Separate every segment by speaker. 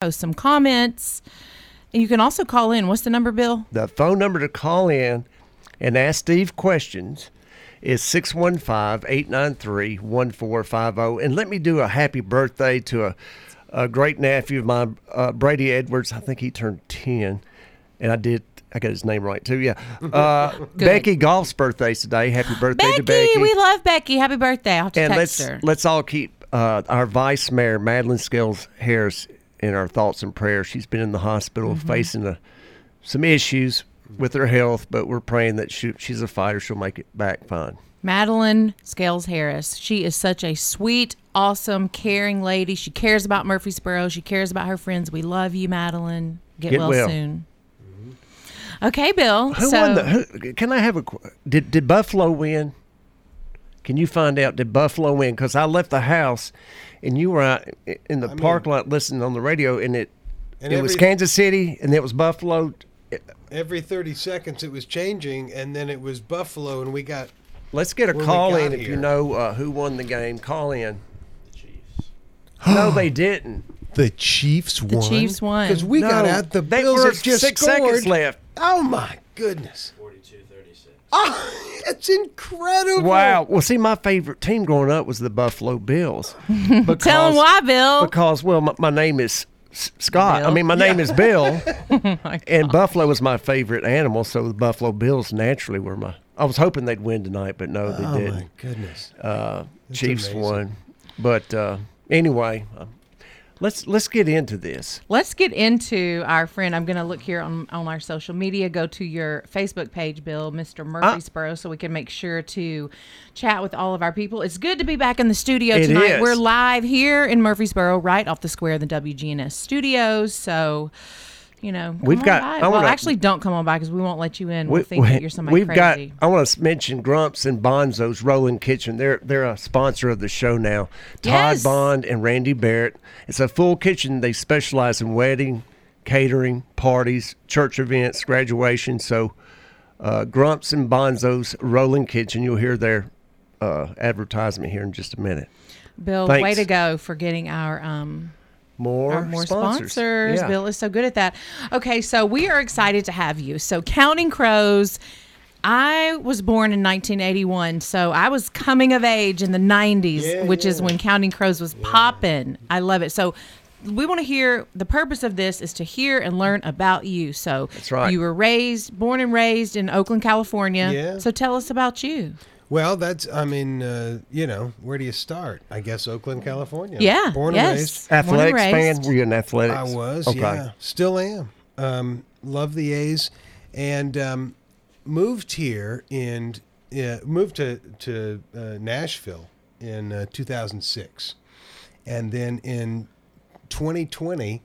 Speaker 1: post some comments. And you can also call in. What's the number, Bill?
Speaker 2: The phone number to call in and ask Steve questions is 615-893-1450. oh. And let me do a happy birthday to a, a great nephew of mine, uh, Brady Edwards. I think he turned 10. And I did, I got his name right too, yeah. Uh, Becky Golf's birthday today. Happy birthday
Speaker 1: Becky,
Speaker 2: to Becky.
Speaker 1: we love Becky. Happy birthday. I'll have to
Speaker 2: and
Speaker 1: text
Speaker 2: let's,
Speaker 1: her.
Speaker 2: let's all keep uh, our vice mayor, Madeline Scales Harris, in our thoughts and prayers. She's been in the hospital facing a, some issues with her health, but we're praying that she, she's a fighter. She'll make it back fine.
Speaker 1: Madeline Scales Harris. She is such a sweet, awesome, caring lady. She cares about Murfreesboro. She cares about her friends. We love you, Madeline. Get,
Speaker 2: Get
Speaker 1: well,
Speaker 2: well.
Speaker 1: soon. Okay, Bill.
Speaker 2: Who
Speaker 1: so
Speaker 2: won the? Who, can I have a? qu- Did did Buffalo win? Can you find out did Buffalo win? Because I left the house, and you were out i- in the park lot listening on the radio, and it
Speaker 3: And
Speaker 2: it was
Speaker 3: every-
Speaker 2: Kansas City, and it was Buffalo.
Speaker 3: Every 30 seconds it was changing, and then it was Buffalo, and we got
Speaker 2: Let's get a
Speaker 3: When we
Speaker 2: call
Speaker 3: got
Speaker 2: in if you
Speaker 3: here.
Speaker 2: know uh, who won the game. Call in. The Chiefs. No, they didn't.
Speaker 3: the Chiefs
Speaker 1: the Chiefs won.
Speaker 3: Because we got
Speaker 2: No,
Speaker 3: out the
Speaker 2: they
Speaker 3: Bills
Speaker 2: were
Speaker 3: have just
Speaker 2: six
Speaker 3: scored.
Speaker 2: seconds left.
Speaker 3: Oh my goodness!
Speaker 4: 4236.
Speaker 3: Oh, that's incredible!
Speaker 2: Wow. Well, see, my favorite team growing up was the Buffalo Bills. Because,
Speaker 1: Tell them why, Bill.
Speaker 2: Because, well, my, my name is S- Scott.
Speaker 1: Bill.
Speaker 2: I mean, my name is Bill.
Speaker 3: Oh
Speaker 2: and Buffalo was my favorite animal, so the Buffalo Bills naturally were my. I was hoping they'd win tonight, but no, they
Speaker 3: Oh my
Speaker 2: didn't.
Speaker 3: goodness!
Speaker 2: Uh, Chiefs
Speaker 3: amazing.
Speaker 2: won. But uh, anyway, uh, let's let's get into this.
Speaker 1: Let's get into our friend. I'm going to look here on, on our social media. Go to your Facebook page, Bill, Mr.
Speaker 2: Uh.
Speaker 1: Murfreesboro, so we can make sure to chat with all of our people. It's good to be back in the studio
Speaker 2: It
Speaker 1: tonight.
Speaker 2: is.
Speaker 1: We're live here in Murfreesboro, right off the square of the WGNS studios. So, you know, come
Speaker 2: We've
Speaker 1: on
Speaker 2: got-
Speaker 1: by.
Speaker 2: I
Speaker 1: Well,
Speaker 2: wanna-
Speaker 1: actually, don't come on by because we won't let you in. We'll
Speaker 2: We-
Speaker 1: think
Speaker 2: we-
Speaker 1: that you're somebody
Speaker 2: we've
Speaker 1: crazy.
Speaker 2: got. I want to mention Grumps and Bonzo's Rolling Kitchen. They're they're a sponsor of the show now. Todd
Speaker 1: Yes.
Speaker 2: Bond and Randy Barrett. It's a full kitchen. They specialize in wedding, catering, parties, church events, graduation. So, uh, Grumps and Bonzo's Rolling Kitchen. You'll hear their uh, advertisement here in just a minute.
Speaker 1: Bill, way
Speaker 2: Thanks.
Speaker 1: to go for getting our um,
Speaker 2: More
Speaker 1: Our more sponsors.
Speaker 2: sponsors. Yeah.
Speaker 1: Bill is so good at that. Okay, so we are excited to have you. So, Counting Crows, I was born in 1981, so I was coming of age in the 90s,
Speaker 3: Yeah,
Speaker 1: which is
Speaker 3: yeah.
Speaker 1: when Counting Crows was popping. I love it. So, we want to hear the purpose of this is to hear and learn about you. So,
Speaker 2: That's right.
Speaker 1: you were raised, born and raised in Oakland, California.
Speaker 3: Yeah.
Speaker 1: So, tell us about you.
Speaker 3: Well, that's I mean, uh, you know, where do you start? I guess Oakland, California.
Speaker 1: Yeah.
Speaker 3: born
Speaker 1: yes.
Speaker 3: and raised.
Speaker 1: Born and
Speaker 2: Athletics fan?
Speaker 1: raised.
Speaker 2: Were you an athletics?
Speaker 3: I was,
Speaker 2: Okay.
Speaker 3: yeah. Still am. Um, love the A's, and um, moved here and uh, moved to to uh, Nashville in uh, 2006, and then in 2020,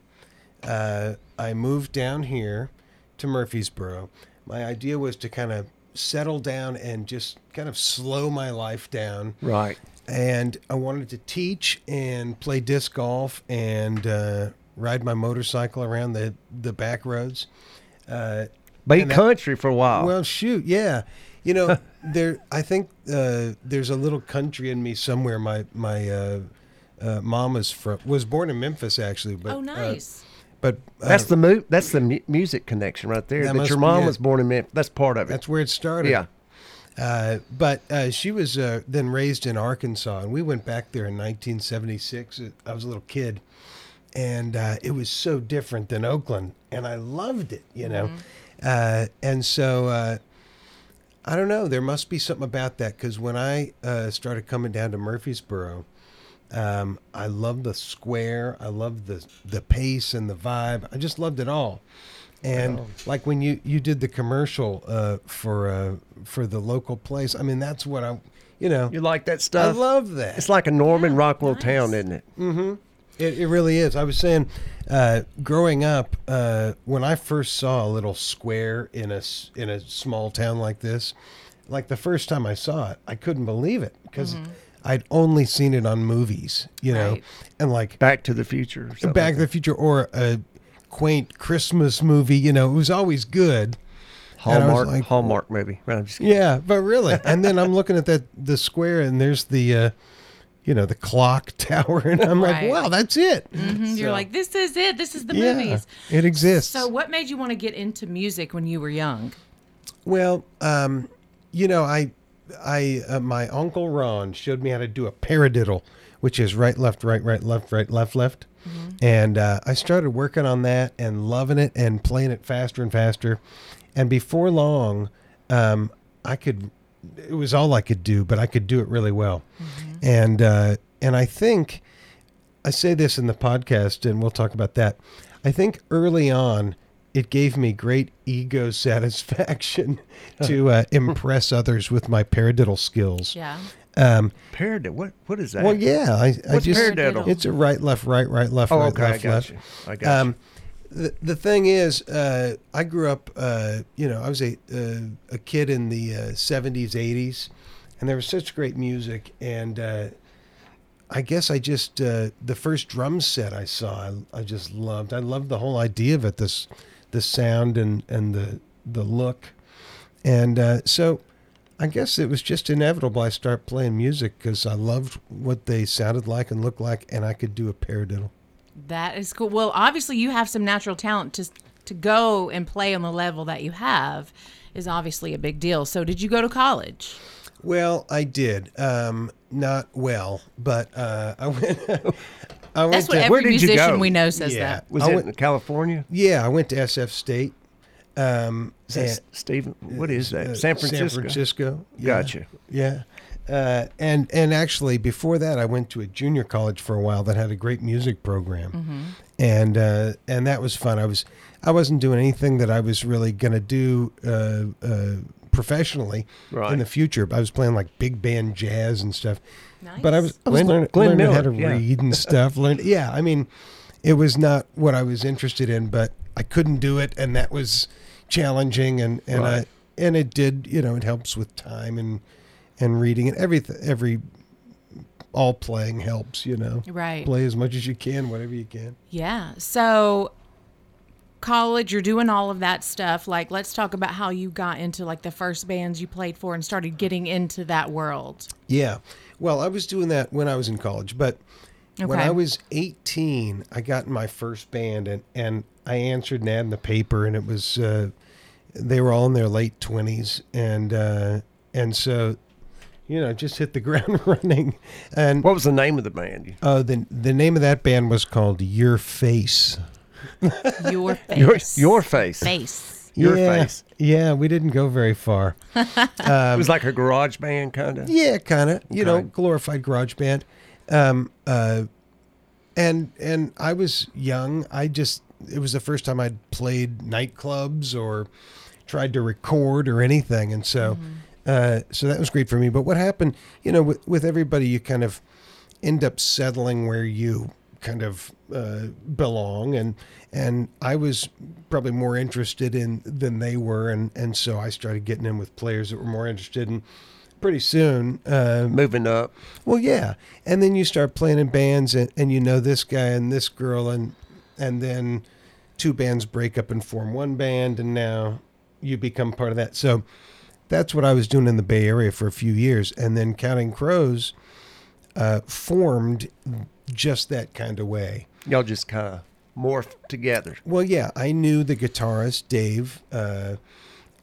Speaker 3: uh, I moved down here to Murfreesboro. My idea was to kind of settle down and just kind of slow my life down
Speaker 2: Right.
Speaker 3: and I wanted to teach and play disc golf and uh, ride my motorcycle around the the back roads.
Speaker 2: Beat country for a while.
Speaker 3: Well, shoot, yeah, you know, there. I think uh, there's a little country in me somewhere. My my uh, uh, mom is from was born in Memphis actually, but
Speaker 1: Oh,
Speaker 3: uh,
Speaker 1: nice.
Speaker 3: but uh,
Speaker 2: That's the mu- That's the mu- music connection right there.
Speaker 3: That
Speaker 2: That,
Speaker 3: must
Speaker 2: your
Speaker 3: be
Speaker 2: mom
Speaker 3: it.
Speaker 2: was born in Memphis. That's part of it.
Speaker 3: that's where it started.
Speaker 2: yeah.
Speaker 3: Uh, but uh, she was uh, then raised in Arkansas, and we went back there in 1976. I was a little kid, and uh, it was so different than Oakland, and I loved it, you know. Uh, and so uh, I don't know. There must be something about that because when I uh, started coming down to Murfreesboro, um, I loved the square. I loved the the pace and the vibe. I just loved it all. And like when you you did the commercial uh, for uh, for the local place, I mean that's what I, you know,
Speaker 2: You like that
Speaker 3: I
Speaker 2: stuff?
Speaker 3: love that.
Speaker 2: It's like a Norman Rockwell
Speaker 1: nice.
Speaker 2: town, isn't it?
Speaker 3: Mm. It, it really is. I was saying, uh, growing up, uh, when I first saw a little square in a s- in a small town like this, like the first time I saw it, I couldn't believe it because I'd only seen it on movies, you know,
Speaker 1: Mm-hmm. Right.
Speaker 3: and like
Speaker 2: Back to the Future. or something
Speaker 3: Back
Speaker 2: like
Speaker 3: to the Future or a quaint Christmas movie, you know, it was always good.
Speaker 2: that.
Speaker 3: and I was
Speaker 2: Hallmark,
Speaker 3: like-
Speaker 2: Hallmark movie. Right, I'm just kidding.
Speaker 3: Yeah, but really, and then I'm looking at that the square, and there's the. Uh, you know, the clock tower. And I'm
Speaker 1: Right.
Speaker 3: like, wow, that's it.
Speaker 1: Mhm. You're
Speaker 3: So,
Speaker 1: like, this is it. This is the
Speaker 3: yeah,
Speaker 1: movies.
Speaker 3: it exists.
Speaker 1: So, what made you want to get into music when you were young?
Speaker 3: Well, um, you know, I, I, uh, my uncle Ron showed me how to do a paradiddle, which is right, left, right, right, left, right, left, left,
Speaker 1: Mm-hmm.
Speaker 3: and uh, I started working on that and loving it and playing it faster and faster, and before long, um, I could, it was all I could do, but I could do it really well,
Speaker 1: Mm-hmm.
Speaker 3: and uh, and I think. I say this in the podcast, and we'll talk about that. I think early on, it gave me great ego satisfaction to uh, impress others with my paradiddle skills.
Speaker 1: Yeah.
Speaker 3: Um,
Speaker 5: Paradiddle. What? What is that?
Speaker 3: well, yeah, I, I
Speaker 5: What's
Speaker 3: just
Speaker 5: paradiddle?
Speaker 3: it's a right, left, right, right, left,
Speaker 5: oh,
Speaker 3: right,
Speaker 5: okay. I
Speaker 3: left,
Speaker 5: got
Speaker 3: left.
Speaker 5: you. I got
Speaker 3: Um, the, the thing is, uh, I grew up, uh, you know, I was a, uh, a kid in the uh, 70s, 80s, and there was such great music. And uh, I guess I just, uh, the first drum set I saw, I, I just loved. I loved the whole idea of it, this, the sound and, and the, the look. And uh, so I guess it was just inevitable I start playing music because I loved what they sounded like and looked like, and I could do a paradiddle.
Speaker 1: That is cool. Well, obviously, you have some natural talent to to go and play on the level that you have is obviously a big deal. So, did you go to college?
Speaker 3: Well, I did. Um, not well, but uh, I went. I went
Speaker 1: That's what
Speaker 3: to,
Speaker 1: every
Speaker 5: did you
Speaker 1: musician
Speaker 5: go?
Speaker 1: we know says
Speaker 3: Yeah.
Speaker 1: that.
Speaker 5: Was
Speaker 3: I
Speaker 5: it
Speaker 3: went-
Speaker 5: in California?
Speaker 3: yeah, I went to SF State. Um,
Speaker 5: Is that
Speaker 3: and-
Speaker 5: S- Stephen? What is that?
Speaker 3: uh,
Speaker 5: San Francisco.
Speaker 3: San Francisco. Yeah.
Speaker 5: Gotcha.
Speaker 3: Yeah. Uh, and and actually before that I went to a junior college for a while that had a great music program, and uh, and that was fun. I was I wasn't doing anything that I was really gonna do uh, uh, professionally
Speaker 5: Right.
Speaker 3: in the future. I was playing like big band jazz and stuff, but I
Speaker 1: Nice.
Speaker 3: was,
Speaker 5: I was
Speaker 3: learning,
Speaker 5: Glenn
Speaker 3: learning how
Speaker 5: Miller,
Speaker 3: to
Speaker 5: yeah.
Speaker 3: read and stuff. Learn yeah. I mean, it was not what I was interested in, but I couldn't do it, and that was challenging. And and I
Speaker 5: Right.
Speaker 3: and it did you know it helps with time and and reading and everything every all playing helps you know
Speaker 1: Right.
Speaker 3: play as much as you can whatever you can
Speaker 1: Yeah. So college, you're doing all of that stuff. Like, let's talk about how you got into like the first bands you played for and started getting into that world.
Speaker 3: yeah well i was doing that when i was in college but when
Speaker 1: Okay.
Speaker 3: i was 18 i got in my first band and and i answered an ad in the paper and it was uh, they were all in their late 20s and uh and so you know just hit the ground running and
Speaker 5: What was the name of the band?
Speaker 3: uh, the the name of that band was called Your Face.
Speaker 1: Your face.
Speaker 5: Your Your Face.
Speaker 1: face.
Speaker 5: Your
Speaker 3: yeah,
Speaker 5: Face.
Speaker 3: Yeah, we didn't go very far.
Speaker 5: it was like a garage band kind of.
Speaker 3: Um, Yeah, kind of. You know,
Speaker 5: Okay.
Speaker 3: glorified garage band. Um, uh, and and I was young. I just it was the first time I'd played nightclubs or tried to record or anything, and so uh, so that was great for me. But what happened, you know, with with everybody, you kind of end up settling where you kind of uh, belong and and I was probably more interested in than they were and and so I started getting in with players that were more interested and pretty soon um,
Speaker 5: Moving up.
Speaker 3: well, yeah, and then you start playing in bands, and, and you know this guy and this girl, and and then two bands break up and form one band, and now you become part of that. So that's what I was doing in the Bay Area for a few years, and then Counting Crows uh, formed just that kind of way.
Speaker 5: Y'all just kind of morphed together.
Speaker 3: Well, yeah, I knew the guitarist Dave uh,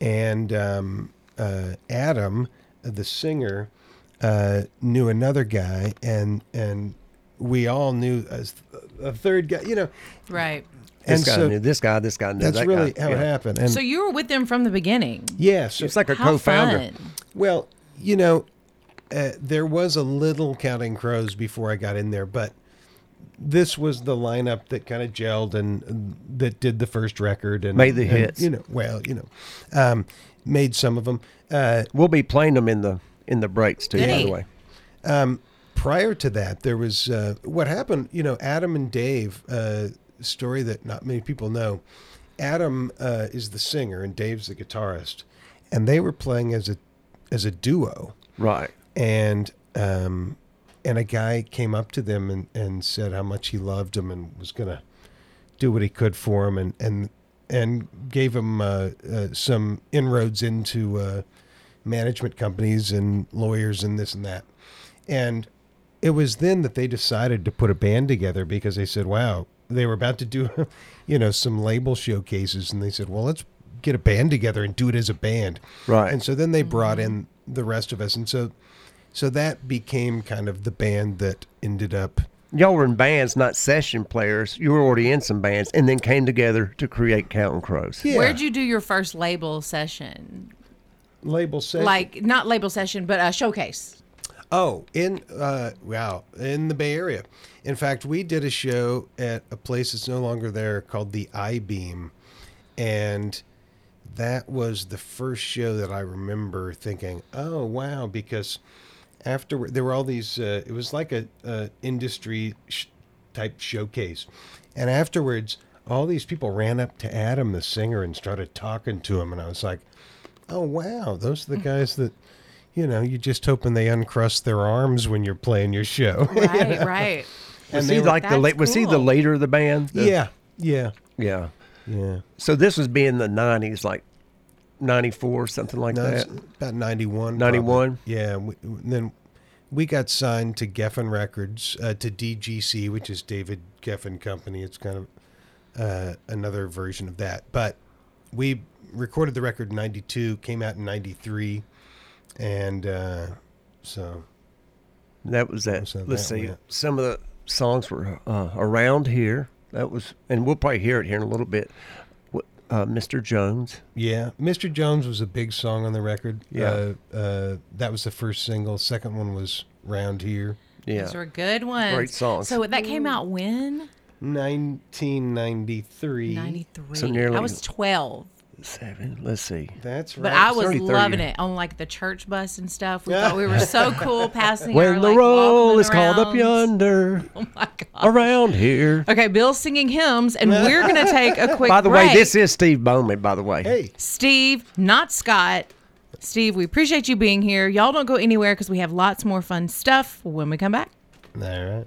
Speaker 3: and um, uh, Adam, uh, the singer, uh, knew another guy, and and we all knew a, th- a third guy. You know,
Speaker 1: Right.
Speaker 5: This
Speaker 3: and
Speaker 5: guy
Speaker 3: so
Speaker 5: knew this guy. This guy knew
Speaker 3: that's
Speaker 5: that
Speaker 3: really
Speaker 5: guy.
Speaker 3: how
Speaker 5: Yeah.
Speaker 3: it happened. And
Speaker 1: So you were with them from the beginning.
Speaker 3: yeah, so
Speaker 5: It's like a
Speaker 1: How
Speaker 5: co-founder.
Speaker 1: fun.
Speaker 3: well, you know, uh, there was a little Counting Crows before I got in there, but. This was the lineup that kind of gelled and uh, that did the first record and
Speaker 5: Made the
Speaker 3: and,
Speaker 5: hits.
Speaker 3: You know, well, you know, um, made some of them. Uh,
Speaker 5: We'll be playing them in the in the breaks too. By
Speaker 1: Hey.
Speaker 5: the way,
Speaker 3: prior to that, there was uh, what happened. You know, Adam and Dave uh, story that not many people know. Adam uh, is the singer and Dave's the guitarist, and they were playing as a as a duo.
Speaker 5: right.
Speaker 3: And um, and a guy came up to them and, and said how much he loved him and was gonna do what he could for him and and and gave him uh, uh, some inroads into uh, management companies and lawyers and this and that. And it was then that they decided to put a band together because they said, "Wow, they were about to do, you know, some label showcases," and they said, "Well, let's get a band together and do it as a band."
Speaker 2: Right.
Speaker 3: And so then they brought in the rest of us, and so, so that became kind of the band that ended up.
Speaker 2: Y'all were in bands, not session players. You were already in some bands, and then came together to create Counting Crows.
Speaker 3: Yeah,
Speaker 1: Where'd you do your first label session?
Speaker 3: label set?
Speaker 1: Like not label session, but a showcase.
Speaker 3: Oh, in uh, wow, in the Bay Area. In fact, we did a show at a place that's no longer there called the I Beam, and that was the first show that I remember thinking, "Oh wow!" Because after there were all these, uh, it was like a, a industry sh- type showcase, and afterwards, all these people ran up to Adam, the singer, and started talking to him, and I was like, "Oh wow, those are the guys that." You know, you just hoping they uncrust their arms when you're playing your show.
Speaker 1: Right, right.
Speaker 2: Was
Speaker 3: they
Speaker 2: he
Speaker 3: were-
Speaker 2: like the
Speaker 1: That's
Speaker 2: late? Was he the
Speaker 1: cool.
Speaker 2: leader of the band? The-
Speaker 3: Yeah, yeah,
Speaker 2: yeah.
Speaker 3: yeah.
Speaker 2: So this was being the nineties, like ninety four, something like
Speaker 3: No, it's
Speaker 2: that.
Speaker 3: about ninety one.
Speaker 2: 91?
Speaker 3: Yeah. and We, and then we got signed to Geffen Records uh, to DGC, which is David Geffen Company. It's kind of uh, another version of that. But we recorded the record in ninety two, came out in ninety three, and uh, so
Speaker 2: That was that.
Speaker 3: So
Speaker 2: Let's
Speaker 3: that
Speaker 2: see.
Speaker 3: went.
Speaker 2: Some of the songs were uh, around here. That was, and we'll probably hear it here in a little bit. What, uh, Mr. Jones.
Speaker 3: Yeah, Mr. Jones was a big song on the record.
Speaker 2: Yeah.
Speaker 3: uh, uh, that was the first single. Second one was "Round Here,"
Speaker 2: Yeah.
Speaker 1: Those were good ones.
Speaker 2: Great songs.
Speaker 1: So that came out when?
Speaker 3: 1993.
Speaker 1: 93.
Speaker 2: So nearly-
Speaker 1: I was 12.
Speaker 2: Seven. Let's see.
Speaker 3: That's right.
Speaker 1: But I was
Speaker 2: 30
Speaker 1: loving it on like the church bus and stuff. We
Speaker 3: Yeah.
Speaker 1: thought we were so cool passing.
Speaker 2: When
Speaker 1: our,
Speaker 2: the
Speaker 1: like,
Speaker 2: roll
Speaker 1: Walkman
Speaker 2: is called up
Speaker 1: arounds.
Speaker 2: yonder,
Speaker 1: Oh my god.
Speaker 2: around here.
Speaker 1: Okay, Bill's singing hymns, and we're gonna take a quick.
Speaker 2: By the way,
Speaker 1: break.
Speaker 2: this is Steve Bowman. By the way,
Speaker 3: Hey,
Speaker 1: Steve, not Scott. Steve, we appreciate you being here. Y'all don't go anywhere because we have lots more fun stuff when we come back.
Speaker 3: all right.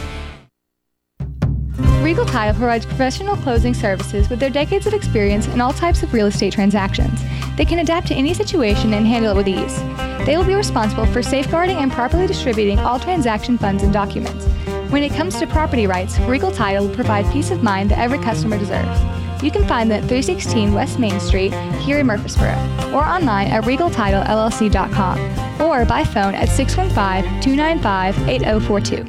Speaker 6: Regal Title provides professional closing services with their decades of experience in all types of real estate transactions. They can adapt to any situation and handle it with ease. They will be responsible for safeguarding and properly distributing all transaction funds and documents. When it comes to property rights, Regal Title will provide peace of mind that every customer deserves. You can find them at 316 West Main Street here in Murfreesboro or online at regaltitlellc.com or by phone at 615 295 8042.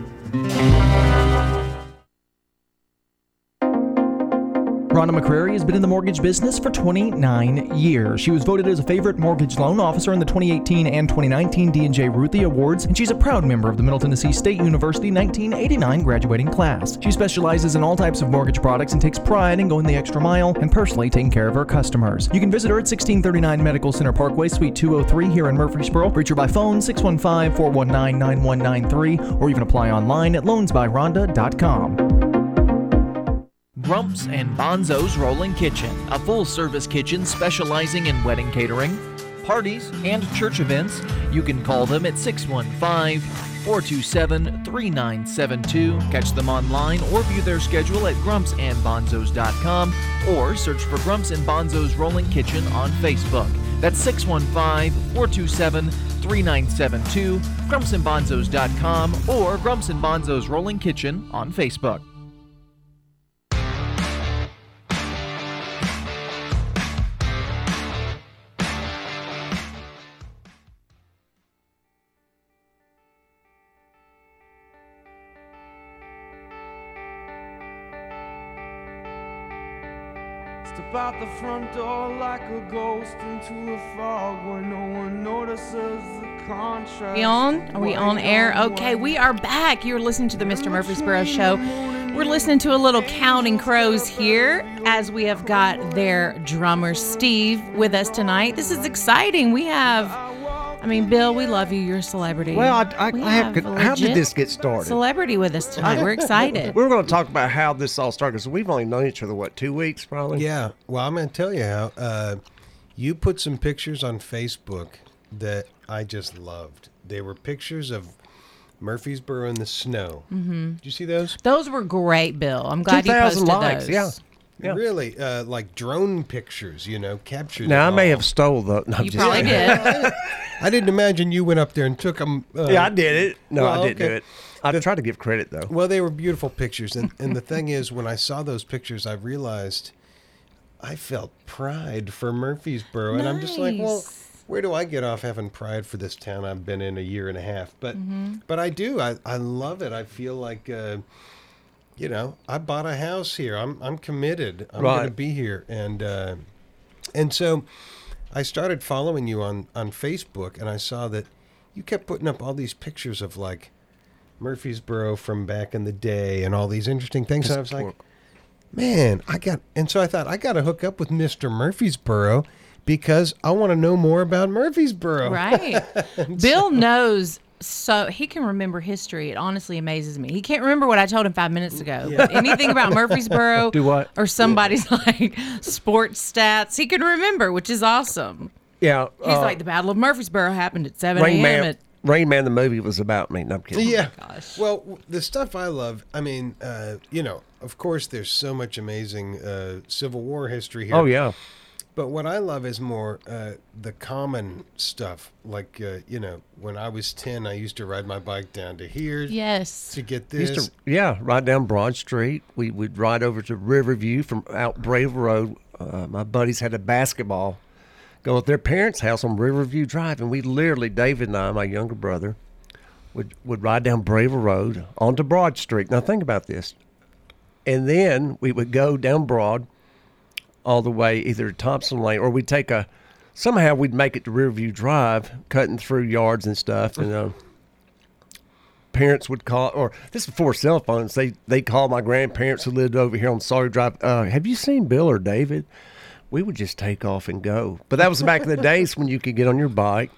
Speaker 7: Rhonda McCrary has been in the mortgage business for 29 years. She was voted as a favorite mortgage loan officer in the 2018 and 2019 D&J Ruthie Awards, and she's a proud member of the Middle Tennessee State University 1989 graduating class. She specializes in all types of mortgage products and takes pride in going the extra mile and personally taking care of her customers. You can visit her at 1639 Medical Center Parkway, Suite 203 here in Murfreesboro. Reach her by phone 615-419-9193 or even apply online at loansbyrhonda.com.
Speaker 8: Grumps and Bonzo's Rolling Kitchen, a full service kitchen specializing in wedding catering, parties, and church events. You can call them at 615 427 3972. Catch them online or view their schedule at grumpsandbonzos.com or search for Grumps and Bonzo's Rolling Kitchen on Facebook. That's 615 427 3972, grumpsandbonzos.com, or Grumps and Bonzo's Rolling Kitchen on Facebook.
Speaker 2: Step out the front door like a ghost into a fog where no one notices the contrast.
Speaker 1: We on? Are we on air? Okay, we are back. You're listening to the Mr. Murfreesboro Show. We're listening to a little Counting Crows here as we have got their drummer Steve with us tonight. This is exciting. We have, I mean, Bill, we love you. You're a celebrity.
Speaker 5: Well, I, I,
Speaker 1: We
Speaker 5: I have.
Speaker 1: have a
Speaker 5: how did
Speaker 1: legit
Speaker 5: this get started?
Speaker 1: Celebrity with us tonight. We're excited.
Speaker 5: we were going to talk about how this all started because we've only known each other what two weeks probably.
Speaker 3: Yeah. Well, I'm going to tell you how. Uh, you put some pictures on Facebook that I just loved. They were pictures of Murfreesboro in the snow. Mm-hmm. Did you see those?
Speaker 1: Those were great, Bill. I'm glad you posted
Speaker 5: likes.
Speaker 1: those.
Speaker 5: Yeah. Yeah.
Speaker 3: Really, uh, like drone pictures, you know, captured.
Speaker 5: Now I
Speaker 3: it
Speaker 5: may
Speaker 3: all.
Speaker 5: have stole the. No, I'm
Speaker 1: You
Speaker 5: just
Speaker 1: probably
Speaker 5: kidding.
Speaker 1: did.
Speaker 3: I didn't imagine you went up there and took them. Uh,
Speaker 5: Yeah, I did it. No,
Speaker 3: Well,
Speaker 5: I didn't
Speaker 3: okay.
Speaker 5: do it. I tried to give credit though.
Speaker 3: Well, they were beautiful pictures, and and the thing is, when I saw those pictures, I realized I felt pride for Murfreesboro, and I'm just like, well,
Speaker 1: Nice.
Speaker 3: where do I get off having pride for this town I've been in a year and a half? But but I do. I I love it. I feel like. Uh, you know, I bought a house here. I'm I'm committed. I'm going to
Speaker 5: Right.
Speaker 3: be here, and uh, and so I started following you on on Facebook, and I saw that you kept putting up all these pictures of like Murfreesboro from back in the day, and all these interesting things. And I was like, man, I got. And so I thought I got to hook up with Mister Murfreesboro because I want to know more about Murfreesboro.
Speaker 1: Right. Bill knows so he can remember history. It honestly amazes me. He can't remember what I told him five minutes ago. But anything about Murfreesboro
Speaker 5: Do what?
Speaker 1: or somebody's like sports stats, he can remember, which is awesome.
Speaker 5: Yeah.
Speaker 1: He's
Speaker 5: uh,
Speaker 1: like the Battle of Murfreesboro happened at seven
Speaker 5: Rain
Speaker 1: AM
Speaker 5: Man.
Speaker 1: at
Speaker 5: Rain Man, the movie was about me. No, I'm kidding.
Speaker 3: yeah.
Speaker 1: Oh gosh.
Speaker 3: Well, w- the stuff I love, I mean, uh, you know, of course, there's so much amazing uh, Civil War history here.
Speaker 5: Oh yeah.
Speaker 3: But what I love is more uh, the common stuff. Like, uh, you know, when I was 10, I used to ride my bike down to here
Speaker 1: Yes.
Speaker 3: to get
Speaker 5: We
Speaker 3: this.
Speaker 5: Used to, yeah, ride down Broad Street. We would ride over to Riverview from out Brave Road. Uh, my buddies had a basketball go at their parents' house on Riverview Drive, and we literally, David and I, my younger brother, would would ride down Brave Road onto Broad Street. Now think about this, and then we would go down Broad all the way either to Thompson Lane or we'd take a somehow we'd make it to Riverview Drive, cutting through yards and stuff, and. Uh, parents would call, or this is before cell phones. They they call my grandparents who lived over here on Sawyer Drive. Uh, have you seen Bill or David? We would just take off and go. But that was back in the days when you could get on your bike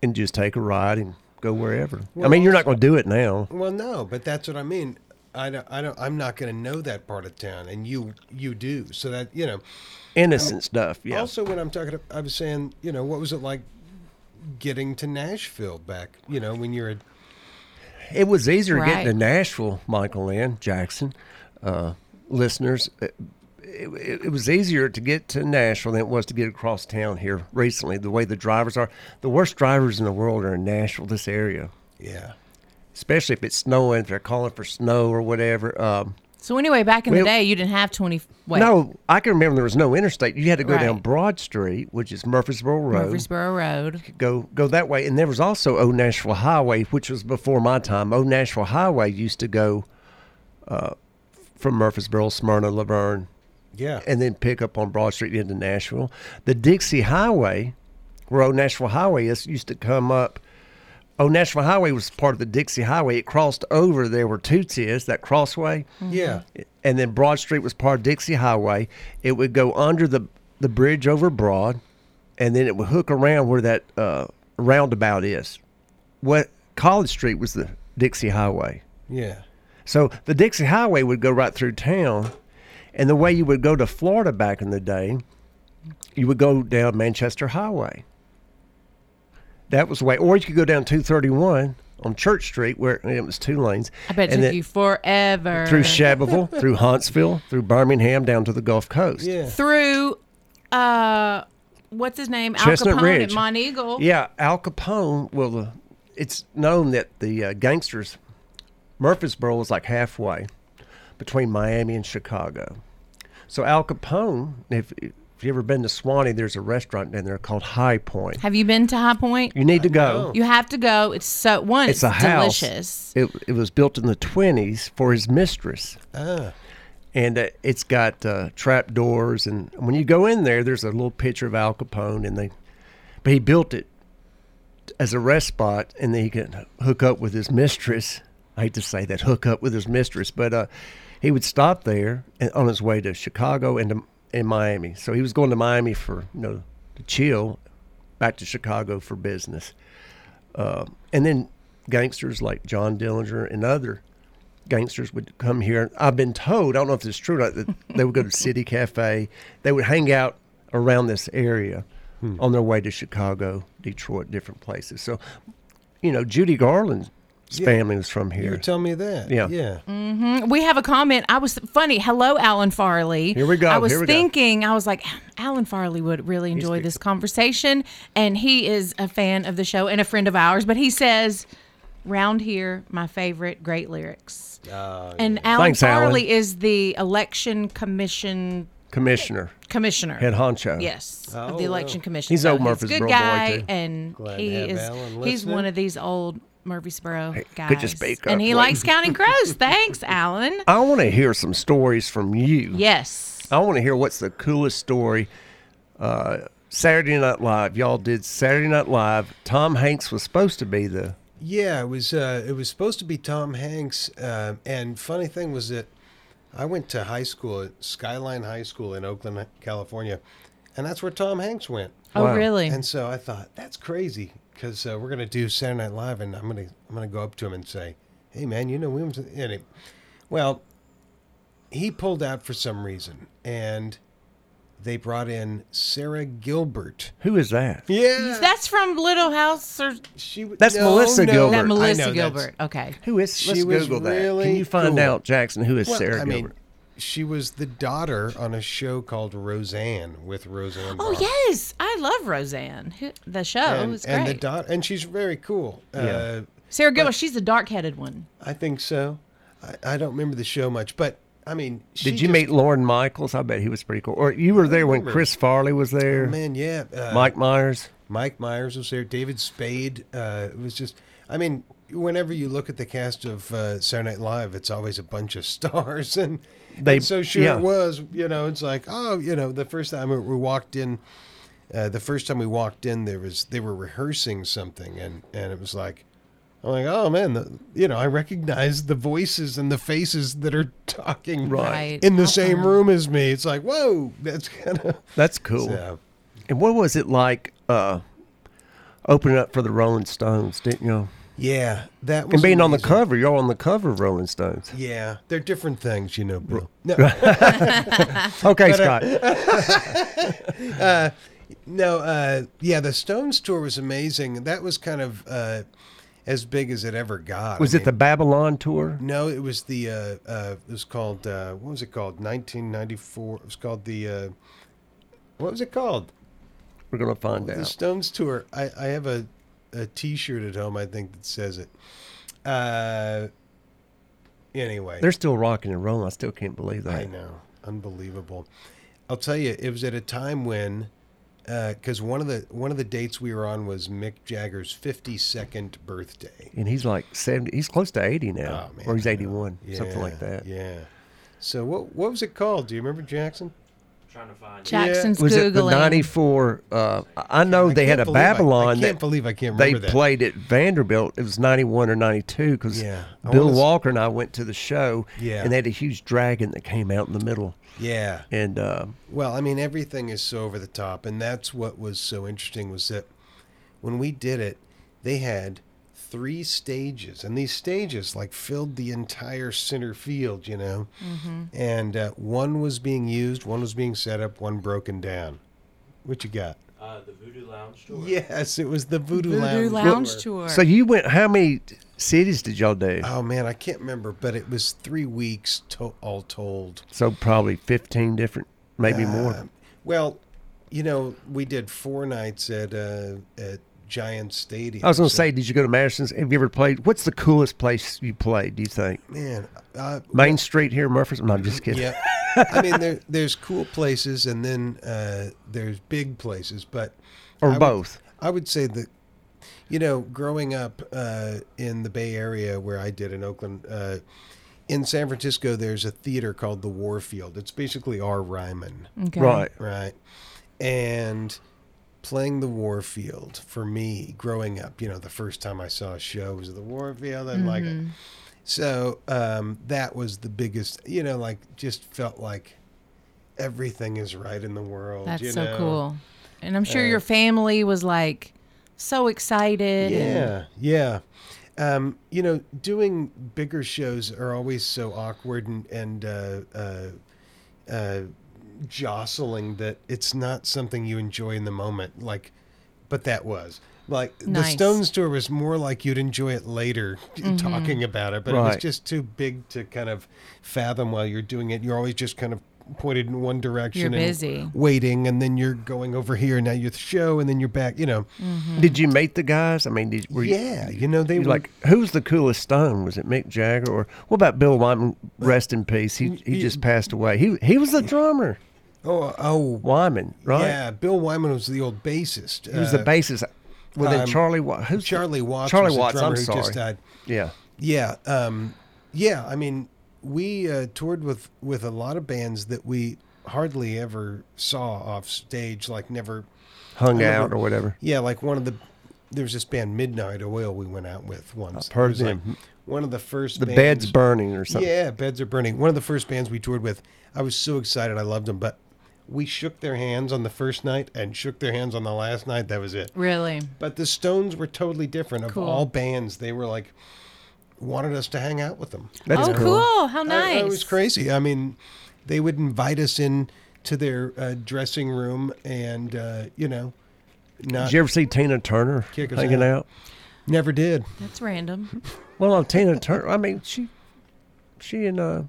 Speaker 5: and just take a ride and go wherever. I mean, you're not going to do it now.
Speaker 3: Well, no, but that's what I mean. I don't, I don't, I'm not going to know that part of town, and you, you do. So that, you know,
Speaker 5: Innocent stuff. Yeah.
Speaker 3: Also, when I'm talking, I was saying, you know, what was it like getting to Nashville back? You know, when you're a
Speaker 5: It was easier
Speaker 1: Right.
Speaker 5: getting to Nashville, Michael and Jackson, uh, listeners. It, it, it was easier to get to Nashville than it was to get across town here recently. The way the drivers are, the worst drivers in the world are in Nashville, this area,
Speaker 3: yeah,
Speaker 5: especially if it's snowing. If they're calling for snow or whatever. Um,
Speaker 1: So anyway, back in the
Speaker 5: Well-
Speaker 1: day you didn't have twenty wait,
Speaker 5: no, I can remember there was no interstate. You had to go down
Speaker 1: Right.
Speaker 5: Broad Street, which is Murfreesboro Road.
Speaker 1: Murfreesboro Road.
Speaker 5: go go that way. And there was also Old Nashville Highway, which was before my time. Old Nashville Highway used to go uh, from Murfreesboro, Smyrna, Laverne,
Speaker 3: yeah,
Speaker 5: and then pick up on Broad Street into Nashville. The Dixie Highway, where Old Nashville Highway is, used to come up. Old Nashville Highway was part of the Dixie Highway. It crossed over. There were two tiers, that crossway
Speaker 3: yeah.
Speaker 5: and then Broad Street was part of Dixie Highway. It would go under the the bridge over Broad, and then it would hook around where that uh, roundabout is. What College Street was the Dixie Highway.
Speaker 3: yeah.
Speaker 5: So the Dixie Highway would go right through town, and the way you would go to Florida back in the day, you would go down Manchester Highway. That was the way, or you could go down 231 on Church Street, where it was two lanes.
Speaker 1: I bet it
Speaker 5: and
Speaker 1: took
Speaker 5: then-
Speaker 1: you forever.
Speaker 5: through Shabaville, through Huntsville, through Birmingham, down to the Gulf Coast.
Speaker 3: Yeah.
Speaker 1: through uh what's his name?
Speaker 5: Chestnut
Speaker 1: Al Capone
Speaker 5: Ridge.
Speaker 1: at Mont Eagle.
Speaker 5: Yeah, Al Capone. Well, uh, it's known that the uh, gangsters, Murfreesboro was like halfway between Miami and Chicago. So Al Capone, if, if you ever been to Swanee, there's a restaurant down there called High Point.
Speaker 1: Have you been to High Point?
Speaker 5: You need to go.
Speaker 1: You have to go. It's so one. It's,
Speaker 5: It's a house.
Speaker 1: delicious.
Speaker 5: It, it was built in the 20s for his mistress.
Speaker 3: Ah,
Speaker 5: and uh, it's got uh, trap doors. And when you go in there, there's a little picture of Al Capone, and they, but he built it as a rest spot, and then he could hook up with his mistress. I hate to say that, hook up with his mistress, but uh, he would stop there and, on his way to Chicago and to, and Miami. So he was going to Miami for you know to chill, back to Chicago for business, uh, and then gangsters like John Dillinger and other gangsters would come here. I've been told, I don't know if this is true or not, that they would go to City Cafe. They would hang out around this area
Speaker 3: Hmm.
Speaker 5: on their way to Chicago, Detroit, different places. So, you know, Judy Garland's family was from
Speaker 3: You were
Speaker 5: here.
Speaker 3: telling me that.
Speaker 5: Yeah.
Speaker 3: Yeah.
Speaker 1: We have a comment. I was funny. Hello, Alan Farley.
Speaker 5: Here we go,
Speaker 1: I was
Speaker 5: here we go.
Speaker 1: thinking, I was like, Alan Farley would really enjoy this conversation. And he is a fan of the show and a friend of ours. But he says, Round here, my favorite great lyrics.
Speaker 3: Uh,
Speaker 1: and Alan
Speaker 5: Thanks, Alan.
Speaker 1: Farley is the election commission
Speaker 5: Commissioner,
Speaker 1: commissioner.
Speaker 5: head honcho.
Speaker 1: Yes, of
Speaker 3: Oh,
Speaker 1: the
Speaker 3: wow.
Speaker 1: election commission.
Speaker 5: He's old
Speaker 1: a
Speaker 5: Murfreesboro
Speaker 1: good
Speaker 5: boy,
Speaker 1: guy,
Speaker 5: too.
Speaker 1: and
Speaker 3: Glad to
Speaker 1: he
Speaker 3: have
Speaker 1: is
Speaker 3: Alan
Speaker 1: he's
Speaker 3: listening.
Speaker 1: one of these old Murfreesboro guys.
Speaker 5: could you speak
Speaker 1: and
Speaker 5: up,
Speaker 1: he
Speaker 5: please? Oh.
Speaker 1: likes counting crows. Thanks, Alan.
Speaker 5: I want to hear some stories from you.
Speaker 1: Yes.
Speaker 5: I want to hear what's the coolest story. Uh, Saturday Night Live, y'all did Saturday Night Live. Tom Hanks was supposed to be the
Speaker 3: Yeah, it was. Uh, it was supposed to be Tom Hanks. Uh, and funny thing was that I went to high school at Skyline High School in Oakland, California, and that's where Tom Hanks went.
Speaker 1: Oh,
Speaker 5: Wow.
Speaker 1: really?
Speaker 3: And so I thought that's crazy because uh, we're gonna do Saturday Night Live, and I'm gonna I'm gonna go up to him and say, "Hey, man, you know Williams?" And he, well, he pulled out for some reason, and they brought in Sarah Gilbert.
Speaker 5: who is that?
Speaker 3: Yeah,
Speaker 1: That's from Little House or
Speaker 3: she. w-
Speaker 5: That's Melissa Gilbert.
Speaker 1: that
Speaker 5: I
Speaker 1: Melissa
Speaker 3: know, that's-
Speaker 1: Gilbert. Okay.
Speaker 5: Who is?
Speaker 3: She
Speaker 5: let's
Speaker 3: was
Speaker 5: Google that. Can
Speaker 3: really
Speaker 5: you find
Speaker 3: cool.
Speaker 5: out, Jackson? Who is
Speaker 3: Well,
Speaker 5: Sarah
Speaker 3: I
Speaker 5: Gilbert?
Speaker 3: mean, she was the daughter on a show called Roseanne with Roseanne.
Speaker 1: Oh
Speaker 3: Barr.
Speaker 1: yes, I love Roseanne. Who- The show
Speaker 3: and,
Speaker 1: is
Speaker 3: and the
Speaker 1: great.
Speaker 3: daughter, and she's very cool. Uh,
Speaker 1: Sarah Gilbert, she's the dark-headed one.
Speaker 3: I think so. I, I don't remember the show much, but I mean, she
Speaker 5: Did you
Speaker 3: just-
Speaker 5: meet Lauren Michaels? I bet he was pretty cool. Or you were there when
Speaker 3: remember.
Speaker 5: Chris Farley was there,
Speaker 3: Man, yeah, uh,
Speaker 5: Mike Myers.
Speaker 3: Mike Myers was there. David Spade. Uh, it was just, I mean, whenever you look at the cast of uh, Saturday Night Live, it's always a bunch of stars, and,
Speaker 5: They-
Speaker 3: and so sure
Speaker 5: yeah.
Speaker 3: it was. You know, it's like, oh, you know, the first time we walked in, uh, the first time we walked in, there was they were rehearsing something, and and it was like. I'm like, oh man, the, you know, I recognize the voices and the faces that are talking
Speaker 1: Right.
Speaker 3: in the
Speaker 1: Awesome.
Speaker 3: same room as me. It's like, whoa, that's kind of.
Speaker 5: That's cool. And what was it like uh, opening up for the Rolling Stones? Didn't you?
Speaker 3: Yeah, that was
Speaker 5: And being on the
Speaker 3: amazing.
Speaker 5: cover, you're on the cover of Rolling Stones.
Speaker 3: Yeah, they're different things, you know, Bill. No,
Speaker 5: Okay,
Speaker 3: uh,
Speaker 5: Scott.
Speaker 3: no, uh, yeah, the Stones tour was amazing. That was kind of uh, as big as it ever got. I
Speaker 5: was it the
Speaker 3: mean,
Speaker 5: Babylon tour?
Speaker 3: No, it was the. Uh, uh, it was called. Uh, what was it called? 1994. It was called the. Uh, what was it called?
Speaker 5: We're gonna find
Speaker 3: The
Speaker 5: out.
Speaker 3: Stones tour. I, I have a, a T-shirt at home. I think that says it. Uh, anyway,
Speaker 5: They're still rocking and rolling. I still can't believe that.
Speaker 3: I know. Unbelievable. I'll tell you, it was at a time when, because one of the one of the dates we were on was Mick Jagger's fifty second birthday.
Speaker 5: And he's like seventy. He's close to eighty now,
Speaker 3: Oh, man,
Speaker 5: or he's
Speaker 3: I know.
Speaker 5: eighty-one, something like
Speaker 3: Yeah,
Speaker 5: that.
Speaker 3: Yeah. So what what was it called? Do you remember Jackson?
Speaker 1: Jackson's
Speaker 5: was it the
Speaker 1: googling.
Speaker 5: '94? Uh, I know they had
Speaker 3: can't
Speaker 5: a
Speaker 3: believe I-
Speaker 5: Babylon.
Speaker 3: I, can't
Speaker 5: that
Speaker 3: believe I can't
Speaker 5: they
Speaker 3: remember that.
Speaker 5: played at Vanderbilt. It was '91 or '92 because
Speaker 3: Yeah, I
Speaker 5: Bill
Speaker 3: wanna s-
Speaker 5: Walker and I went to the show.
Speaker 3: Yeah.
Speaker 5: and they had a huge dragon that came out in the middle,
Speaker 3: Yeah.
Speaker 5: and uh,
Speaker 3: Well, I mean, everything is so over the top, and that's what was so interesting was that when we did it, they had three stages, and these stages like filled the entire center field, you know.
Speaker 1: Mm-hmm.
Speaker 3: And uh, one was being used, one was being set up, one broken down. What you got?
Speaker 9: Uh, the Voodoo Lounge store.
Speaker 3: Yes, it was the Voodoo,
Speaker 1: Voodoo
Speaker 3: Lounge.
Speaker 1: Lounge tour.
Speaker 5: so you went. How many t- cities did y'all do?
Speaker 3: Oh man, I can't remember, but it was three weeks to- all told.
Speaker 5: so probably 15 different, maybe
Speaker 3: uh,
Speaker 5: more.
Speaker 3: Well, you know, we did four nights at uh, at Giant Stadium.
Speaker 5: I was going to
Speaker 3: so-
Speaker 5: say, did you go to Madison's? Have you ever played? What's the coolest place you played? Do you think
Speaker 3: Man, uh,
Speaker 5: Main Street here, in Murfreesboro? No, I'm just kidding.
Speaker 3: yeah. I mean, there there's cool places, and then uh, there's big places, but
Speaker 5: Or
Speaker 3: I would-
Speaker 5: both.
Speaker 3: I would say that, you know, growing up uh, in the Bay Area where I did in Oakland, uh, in San Francisco, there's a theater called the Warfield. It's basically our Ryman,
Speaker 1: Okay.
Speaker 5: Right.
Speaker 3: right? And playing the Warfield for me growing up, you know, the first time I saw a show was the Warfield. I didn't like
Speaker 1: Mm-hmm.
Speaker 3: it. So um, that was the biggest, you know, like just felt like everything is right in the world.
Speaker 1: That's
Speaker 3: you
Speaker 1: so
Speaker 3: know?
Speaker 1: cool. And I'm sure
Speaker 5: Uh,
Speaker 1: your family was like so excited. and-
Speaker 3: Yeah, yeah. Um, you know, doing bigger shows are always so awkward and and uh, uh, uh, jostling that it's not something you enjoy in the moment. Like, but that was like the
Speaker 1: Nice. Mm-hmm.
Speaker 3: Stones tour was more like you'd enjoy it later, talking about it. But it was
Speaker 5: Right.
Speaker 3: just too big to kind of fathom while you're doing it. You're always just kind of pointed in one direction and
Speaker 1: busy.
Speaker 3: waiting and then you're going over here now you're at the show and then you're back you know
Speaker 1: Mm.
Speaker 5: Did you meet the guys? I mean, did, were you,
Speaker 3: Mm-hmm. yeah you know they
Speaker 5: you
Speaker 3: were
Speaker 5: like who's the coolest Stone? Was it Mick Jagger or what about Bill Wyman? Rest in peace. He he just
Speaker 3: Mm-hmm.
Speaker 5: passed away. He he was a drummer.
Speaker 3: Oh, oh,
Speaker 5: Wyman, right?
Speaker 3: yeah. Bill Wyman was the old bassist.
Speaker 5: He was the
Speaker 3: Uh,
Speaker 5: bassist. Well, then
Speaker 3: um,
Speaker 5: Charlie Watts. Who's the-
Speaker 3: Charlie Watts.
Speaker 5: Charlie
Speaker 3: was the
Speaker 5: Watts.
Speaker 3: drummer
Speaker 5: I'm
Speaker 3: who
Speaker 5: sorry.
Speaker 3: Just died.
Speaker 5: Yeah.
Speaker 3: Yeah, um, yeah. I mean, we uh, toured with with a lot of bands that we hardly ever saw off stage. Like never.
Speaker 5: Hung
Speaker 3: I
Speaker 5: out
Speaker 3: remember-
Speaker 5: or whatever.
Speaker 3: Yeah, like one of the. There was this band Midnight Oil we went out with once.
Speaker 5: heard
Speaker 3: It was, like,
Speaker 5: them.
Speaker 3: one of the first.
Speaker 5: The
Speaker 3: bands-
Speaker 5: bed's burning or something.
Speaker 3: Yeah, Beds Are Burning. One of the first bands we toured with. I was so excited. I loved them, but we shook their hands on the first night and shook their hands on the last night. That was it.
Speaker 1: Really?
Speaker 3: But the Stones were totally different. Of
Speaker 1: Cool.
Speaker 3: all bands, they were like wanted us to hang out with them.
Speaker 5: That's
Speaker 1: oh, cool. How nice.
Speaker 3: I- It was crazy. I mean, they would invite us in to their uh, dressing room, and uh, you know, not
Speaker 5: Did you ever see Tina Turner
Speaker 3: Kick us
Speaker 5: hanging out?
Speaker 3: out. never did.
Speaker 1: That's random.
Speaker 5: Well, no, Tina Turner. I mean, she, she and uh,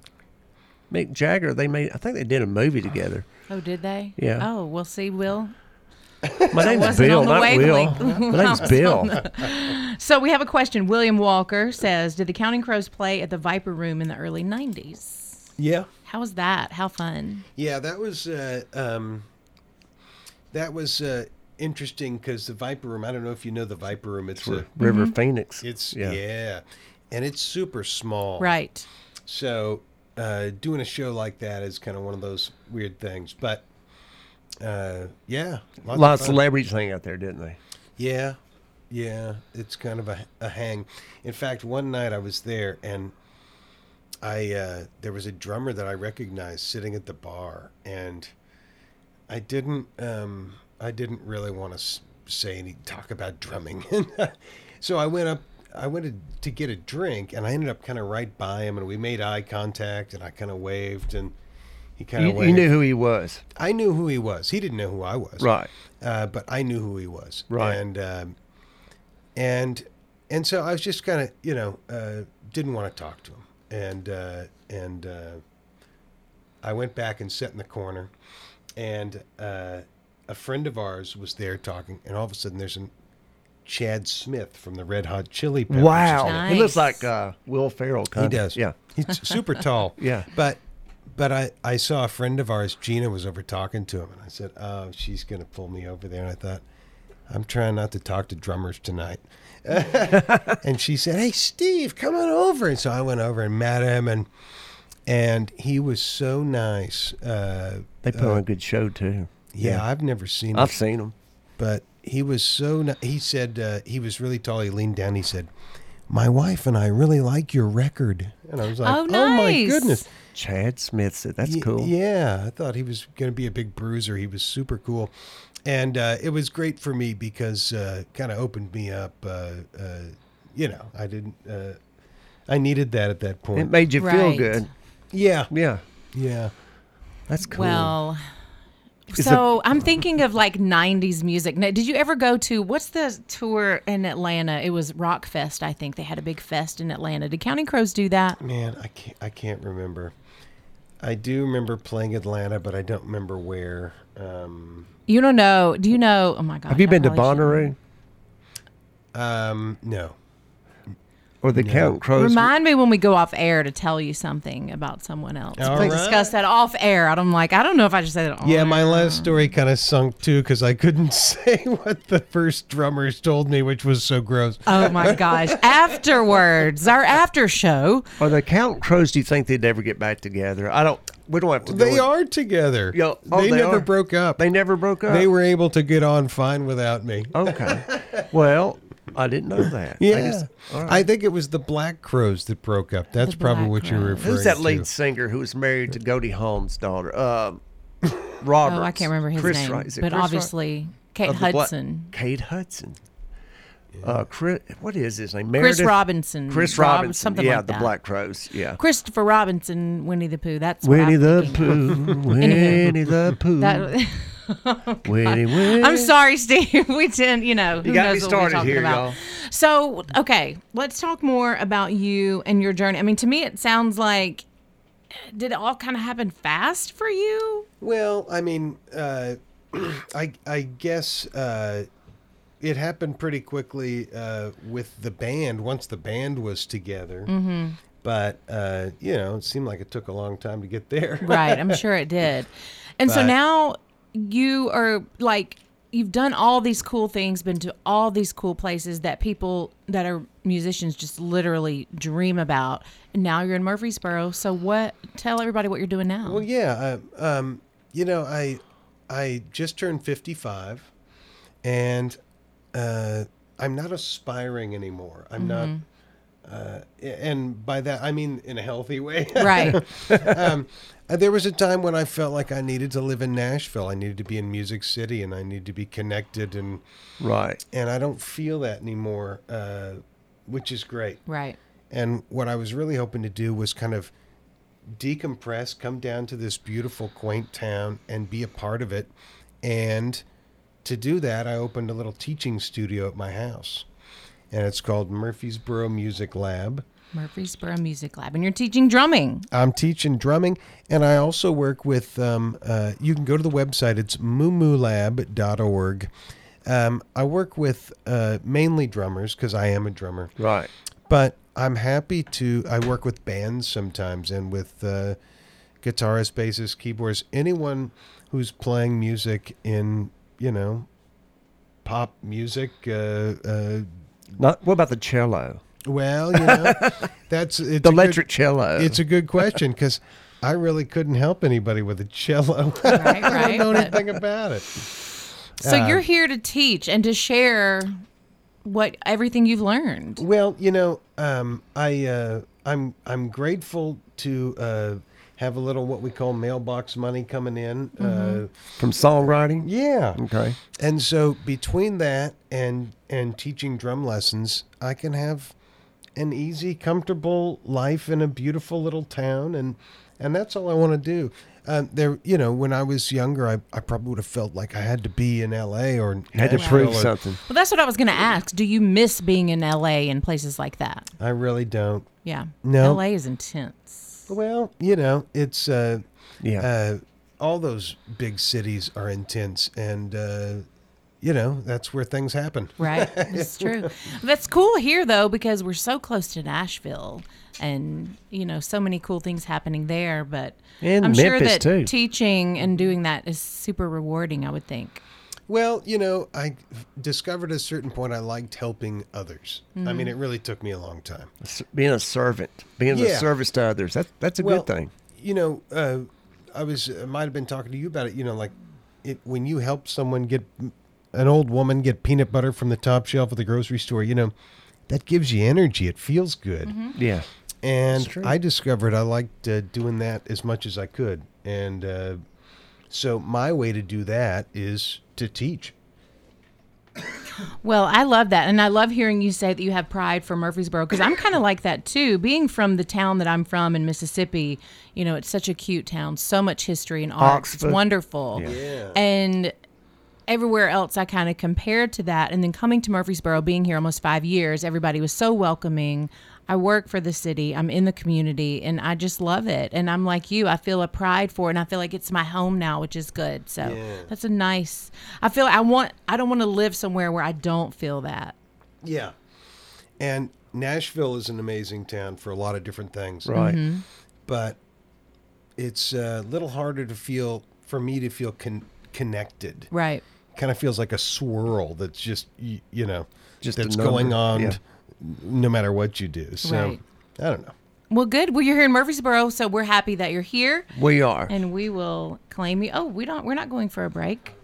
Speaker 5: Mick Jagger. They made. I think they did a movie together.
Speaker 1: Oh, did they?
Speaker 5: Yeah.
Speaker 1: Oh, we'll see, Will.
Speaker 5: My name's
Speaker 1: wasn't
Speaker 5: Bill,
Speaker 1: on the
Speaker 5: not Will.
Speaker 1: wavelength.
Speaker 5: My name's Bill.
Speaker 1: So we have a question. William Walker says, "Did the Counting Crows play at the Viper Room in the early '90s?
Speaker 3: Yeah,
Speaker 1: How was that? How fun?
Speaker 3: Yeah, that was uh, um, that was uh, interesting because the Viper Room. I don't know if you know the Viper Room. It's a,
Speaker 5: River
Speaker 1: Mm-hmm.
Speaker 5: Phoenix.
Speaker 3: it's yeah. and it's super small.
Speaker 1: Right?
Speaker 3: So uh, doing a show like that is kind of one of those weird things. But uh, yeah,
Speaker 5: A lot of
Speaker 3: fun.
Speaker 5: celebrities hang out there, didn't they?
Speaker 3: Yeah, yeah, it's kind of a, a hang. In fact, one night I was there and I uh, there was a drummer that I recognized sitting at the bar, and I didn't um, I didn't really want to say any talk about drumming, so I went up. I went to, to get a drink, and I ended up kind of right by him, and we made eye contact, and I kind of waved, and he kind of
Speaker 5: You,
Speaker 3: waved.
Speaker 5: you knew who he was,
Speaker 3: I knew who he was. He didn't know who I was
Speaker 5: right?
Speaker 3: uh, but I knew who he was.
Speaker 5: Right.
Speaker 3: And um, and and so I was just kind of you know uh, didn't want to talk to him, and uh, and uh, I went back and sat in the corner, and uh, a friend of ours was there talking, and all of a sudden there's an Chad Smith from the Red Hot Chili Peppers.
Speaker 1: Nice.
Speaker 5: he looks like uh, Will Ferrell. Kind
Speaker 3: He
Speaker 5: of.
Speaker 3: does.
Speaker 5: Yeah.
Speaker 3: He's super tall.
Speaker 5: Yeah.
Speaker 3: But but I, I saw a friend of ours, Gina, was over talking to him and I said, Oh, she's gonna pull me over there and I thought, I'm trying not to talk to drummers tonight. and she said, Hey Steve, come on over and so I went over and met him and and he was so nice. Uh,
Speaker 5: They put on a good show too.
Speaker 3: yeah, I've never seen him
Speaker 5: I've seen him.
Speaker 3: but he was so ni- he said uh, he was really tall he leaned down he said my wife and i really like your record and i was like
Speaker 1: Oh,
Speaker 3: oh, my
Speaker 1: nice.
Speaker 3: goodness
Speaker 5: Chad Smith said that's
Speaker 3: Y-
Speaker 5: cool.
Speaker 3: yeah i thought he was going to be a big bruiser he was super cool and uh, it was great for me because uh, kind of opened me up uh, uh, you know i didn't uh, i needed that at that
Speaker 5: It
Speaker 3: point
Speaker 5: made you feel
Speaker 1: Right.
Speaker 5: good.
Speaker 3: yeah
Speaker 5: Yeah.
Speaker 3: yeah
Speaker 5: That's cool.
Speaker 1: Well."
Speaker 5: Is
Speaker 1: so I'm thinking of like '90s music. Now, did you ever go to what's the tour in Atlanta? It was Rock Fest, I think. They had a big fest in Atlanta. Did Counting Crows do that?
Speaker 3: man i can't i can't remember i do remember playing atlanta but i don't remember where um,
Speaker 1: You don't know? Do you know? Oh my God!
Speaker 5: Have you
Speaker 1: I
Speaker 5: been to
Speaker 1: probably shouldn't.
Speaker 5: Bonnaroo?
Speaker 3: um, no
Speaker 5: or the Count Crows.
Speaker 1: Remind me when we go off air to tell you something about someone else.
Speaker 3: All
Speaker 1: we
Speaker 3: right.
Speaker 1: discuss that off air. and I'm like, I don't know if I should say that. on
Speaker 3: Yeah, my
Speaker 1: air.
Speaker 3: last story kind of sunk too because I couldn't say what the first drummers told me, which was so gross.
Speaker 1: Oh my gosh! Afterwards, our after show.
Speaker 5: Are the Count Crows? Do you think they'd ever get back together? I don't. We don't have to. go
Speaker 3: They
Speaker 5: in-
Speaker 3: are together.
Speaker 5: Yeah, oh,
Speaker 3: they,
Speaker 5: they
Speaker 3: never
Speaker 5: are.
Speaker 3: broke up.
Speaker 5: They never broke up.
Speaker 3: They were able to get on fine without me.
Speaker 5: okay. well, I didn't know that. Oh, I
Speaker 3: yeah, I,
Speaker 5: just- all right.
Speaker 3: think it was the Black Crows that broke up. That's
Speaker 1: The
Speaker 3: probably
Speaker 1: Black
Speaker 3: what you're
Speaker 1: Crows.
Speaker 3: referring
Speaker 5: Who's that
Speaker 3: to.
Speaker 5: lead singer who was married to Goldie Hawn's daughter? Um, Robert.
Speaker 1: Oh, I can't remember his
Speaker 5: Chris
Speaker 1: name,
Speaker 5: Rock- is it
Speaker 1: but
Speaker 5: Chris Rock?
Speaker 1: obviously Kate
Speaker 5: Of the Bla-
Speaker 1: Hudson,
Speaker 5: Kate Hudson. Uh, Chris, what is his name?
Speaker 1: Chris
Speaker 5: Meredith-
Speaker 1: Robinson,
Speaker 5: Chris
Speaker 1: Rob-
Speaker 5: Robinson.
Speaker 1: something
Speaker 5: yeah,
Speaker 1: like
Speaker 5: the
Speaker 1: that.
Speaker 5: Black Crows. Yeah.
Speaker 1: Christopher Robinson, Winnie the Pooh. That's what
Speaker 5: Winnie
Speaker 1: I'm
Speaker 5: the
Speaker 1: thinking.
Speaker 5: Pooh, Winnie the Pooh,
Speaker 1: That-
Speaker 5: Winnie, Winnie.
Speaker 1: I'm sorry, Steve. We tend, you know, who
Speaker 5: You got
Speaker 1: knows
Speaker 5: me
Speaker 1: what we're
Speaker 5: started
Speaker 1: talking
Speaker 5: here,
Speaker 1: about.
Speaker 5: y'all.
Speaker 1: So, okay, let's talk more about you and your journey. I mean, to me, it sounds like did it all kind of happen fast for you?
Speaker 3: Well, I mean, uh, I I guess uh, it happened pretty quickly uh, with the band once the band was together. Mm-hmm. But uh, you know, it seemed like it took a long time to get there.
Speaker 1: Right, I'm sure it did. And so
Speaker 3: But-
Speaker 1: now you are like you've done all these cool things, been to all these cool places that people that are musicians just literally dream about. And now you're in Murfreesboro. So what tell everybody what you're doing now.
Speaker 3: Well, yeah. I, um, you know, I I just turned fifty five, and uh, I'm not aspiring anymore. I'm not. Uh, and by that I mean in a healthy way.
Speaker 1: Right.
Speaker 3: Uh, There was a time when I felt like I needed to live in Nashville. I needed to be in Music City, and I needed to be connected. and
Speaker 5: Right.
Speaker 3: And I don't feel that anymore, uh, which is great.
Speaker 1: Right.
Speaker 3: And what I was really hoping to do was kind of decompress, come down to this beautiful, quaint town and be a part of it. And to do that, I opened a little teaching studio at my house. And it's called Murfreesboro Music Lab.
Speaker 1: Murfreesboro Music Lab. And you're teaching drumming.
Speaker 3: I'm teaching drumming, and I also work with. Um, uh, you can go to the website. It's moomulab.org. Um, I work with uh, mainly drummers because I am a drummer,
Speaker 5: Right.
Speaker 3: but I'm happy to. I work with bands sometimes and with uh, guitarists, bassists, keyboards, anyone who's playing music in you know pop music, uh, uh,
Speaker 5: Not, what about the cello?
Speaker 3: well, you know, that's it's
Speaker 5: The
Speaker 3: a good-
Speaker 5: electric uh. cello.
Speaker 3: It's a good question because I really couldn't help anybody with a cello.
Speaker 1: Right,
Speaker 3: I
Speaker 1: right.
Speaker 3: don't know
Speaker 1: But-
Speaker 3: anything about it.
Speaker 1: so you're here to teach and to share what everything you've learned.
Speaker 3: Well, you know, um, I uh, I'm I'm grateful to uh, have a little what we call mailbox money coming in. Uh,
Speaker 5: from songwriting.
Speaker 3: yeah.
Speaker 5: Okay.
Speaker 3: And so between that and and teaching drum lessons, I can have an easy, comfortable life in a beautiful little town, and and that's all I want to do. Um, there, you know, when I was younger, I, I probably would have felt like I had to be in L.A. or
Speaker 5: Had to
Speaker 3: Nashville
Speaker 5: prove
Speaker 3: or-
Speaker 5: something.
Speaker 1: Well, that's what I was going to ask. Do you miss being in LA and places like that?
Speaker 3: I really don't.
Speaker 1: Yeah.
Speaker 3: No.
Speaker 1: LA is intense.
Speaker 3: Well, you know, it's uh,
Speaker 5: Yeah.
Speaker 3: uh, all those big cities are intense, and uh, you know that's where things happen.
Speaker 1: Right? It's true. That's cool here, though, because we're so close to Nashville and, you know, so many cool things happening there. But
Speaker 5: And
Speaker 1: I'm sure
Speaker 5: Memphis,
Speaker 1: that
Speaker 5: too.
Speaker 1: teaching and doing that is super rewarding, I would think.
Speaker 3: Well, you know, I discovered at a certain point I liked helping others. I mean, it really took me a long time.
Speaker 5: S- being a servant, being of
Speaker 3: Yeah.
Speaker 5: service to others. That, that's a
Speaker 3: well,
Speaker 5: good thing.
Speaker 3: You know, uh, I was I might have been talking to you about it. You know, like it when you help someone get an old woman get peanut butter from the top shelf of the grocery store. You know, that gives you energy. It feels good.
Speaker 5: Yeah.
Speaker 3: And
Speaker 5: true.
Speaker 3: I discovered I liked uh, doing that as much as I could. And uh, so my way to do that is to teach.
Speaker 1: Well, I love that. And I love hearing you say that you have pride for Murfreesboro because I'm kind of like that too. Being from the town that I'm from in Mississippi, you know, it's such a cute town, so much history and arts. It's
Speaker 5: Oxford.
Speaker 1: wonderful.
Speaker 3: Yeah.
Speaker 1: And everywhere else I kind of compared to that. And then coming to Murfreesboro, being here almost five years, everybody was so welcoming. I work for the city, I'm in the community, and I just love it. And I'm like you, I feel a pride for it, and I feel like it's my home now, which is good. So that's a nice, I feel I want, I don't want to live somewhere where I don't feel that.
Speaker 3: Yeah. And Nashville is an amazing town for a lot of different things,
Speaker 5: Right.
Speaker 3: but it's a little harder to feel for me to feel con- connected.
Speaker 1: Right.
Speaker 3: Kind of feels like a swirl that's just y- you know
Speaker 5: Just
Speaker 3: that's
Speaker 5: a number,
Speaker 3: going on
Speaker 5: yeah.
Speaker 3: no matter what you do. So
Speaker 1: Right.
Speaker 3: I don't know.
Speaker 1: Well, good. Well, you're here in Murfreesboro, so we're happy that you're here,
Speaker 5: We are.
Speaker 1: and we will claim you. Oh, we don't. We're not going for a break.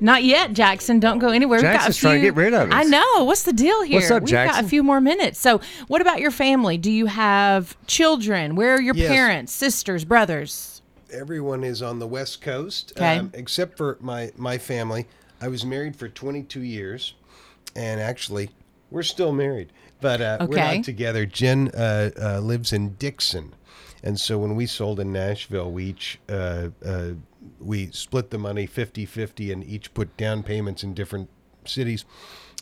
Speaker 1: Not yet, Jackson. Don't go anywhere. We've got a
Speaker 5: Jackson's trying to
Speaker 1: few-
Speaker 5: get rid of us.
Speaker 1: I know. What's the deal here?
Speaker 5: What's up,
Speaker 1: We've got
Speaker 5: Jackson?
Speaker 1: a few more minutes. So, what about your family? Do you have children? Where are your
Speaker 3: Yes.
Speaker 1: parents, sisters, brothers?
Speaker 3: Everyone is on the West Coast, um,
Speaker 1: Okay.
Speaker 3: except for my my family. I was married for 22 years, and actually, we're still married, but uh, we're
Speaker 1: Okay.
Speaker 3: not together. Jen uh, uh, lives in Dixon, and so when we sold in Nashville, we each uh, uh, we split the money 50-50 and each put down payments in different cities.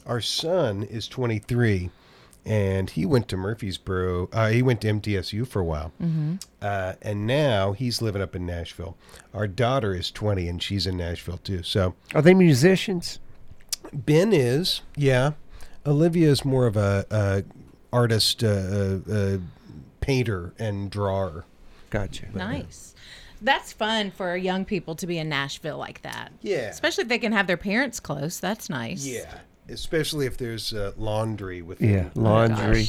Speaker 3: Our son is 23. And he went to Murfreesboro. Uh, he went to MTSU for a while, uh, and now he's living up in Nashville. Our daughter is 20 and she's in Nashville too. So
Speaker 5: Are they musicians?
Speaker 3: Ben is, yeah. Olivia is more of a, a artist, uh, uh, uh, painter and drawer.
Speaker 5: Gotcha.
Speaker 1: Nice. That's fun for young people to be in Nashville like that.
Speaker 3: Yeah.
Speaker 1: Especially if they can have their parents close. That's nice.
Speaker 3: especially if there's uh, laundry with
Speaker 5: Yeah,
Speaker 1: Oh
Speaker 3: them.
Speaker 5: laundry.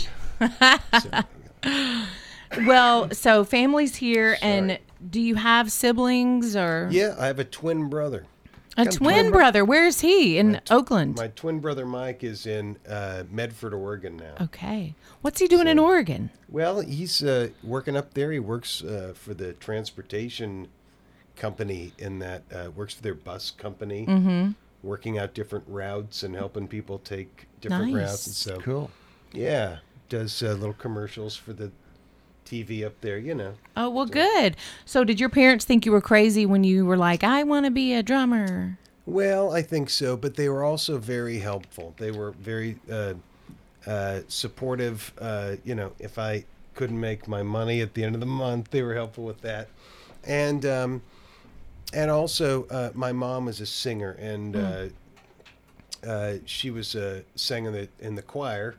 Speaker 1: Well, so family's here, and do you have siblings or
Speaker 3: Yeah, I have a twin brother.
Speaker 1: a twin brother? Where is he in Oakland?
Speaker 3: My twin brother Mike is in uh, Medford, Oregon now.
Speaker 1: okay, what's he doing in Oregon?
Speaker 3: Well, he's uh, working up there. He works uh, for the transportation company in that uh, works for their bus company, mm-hmm. working out different routes and helping people take different routes. And
Speaker 1: Nice.
Speaker 3: so,
Speaker 5: Cool.
Speaker 3: yeah, does uh, little commercials for the TV up there. You know,
Speaker 1: Oh, well, good. So, did your parents think you were crazy when you were like, "I want to be a drummer"?
Speaker 3: Well, I think so, but they were also very helpful. They were very uh, uh, supportive. Uh, you know, if I couldn't make my money at the end of the month, they were helpful with that, and um, and also uh, my mom was a singer, and uh, uh, she was uh, sang in the in the choir,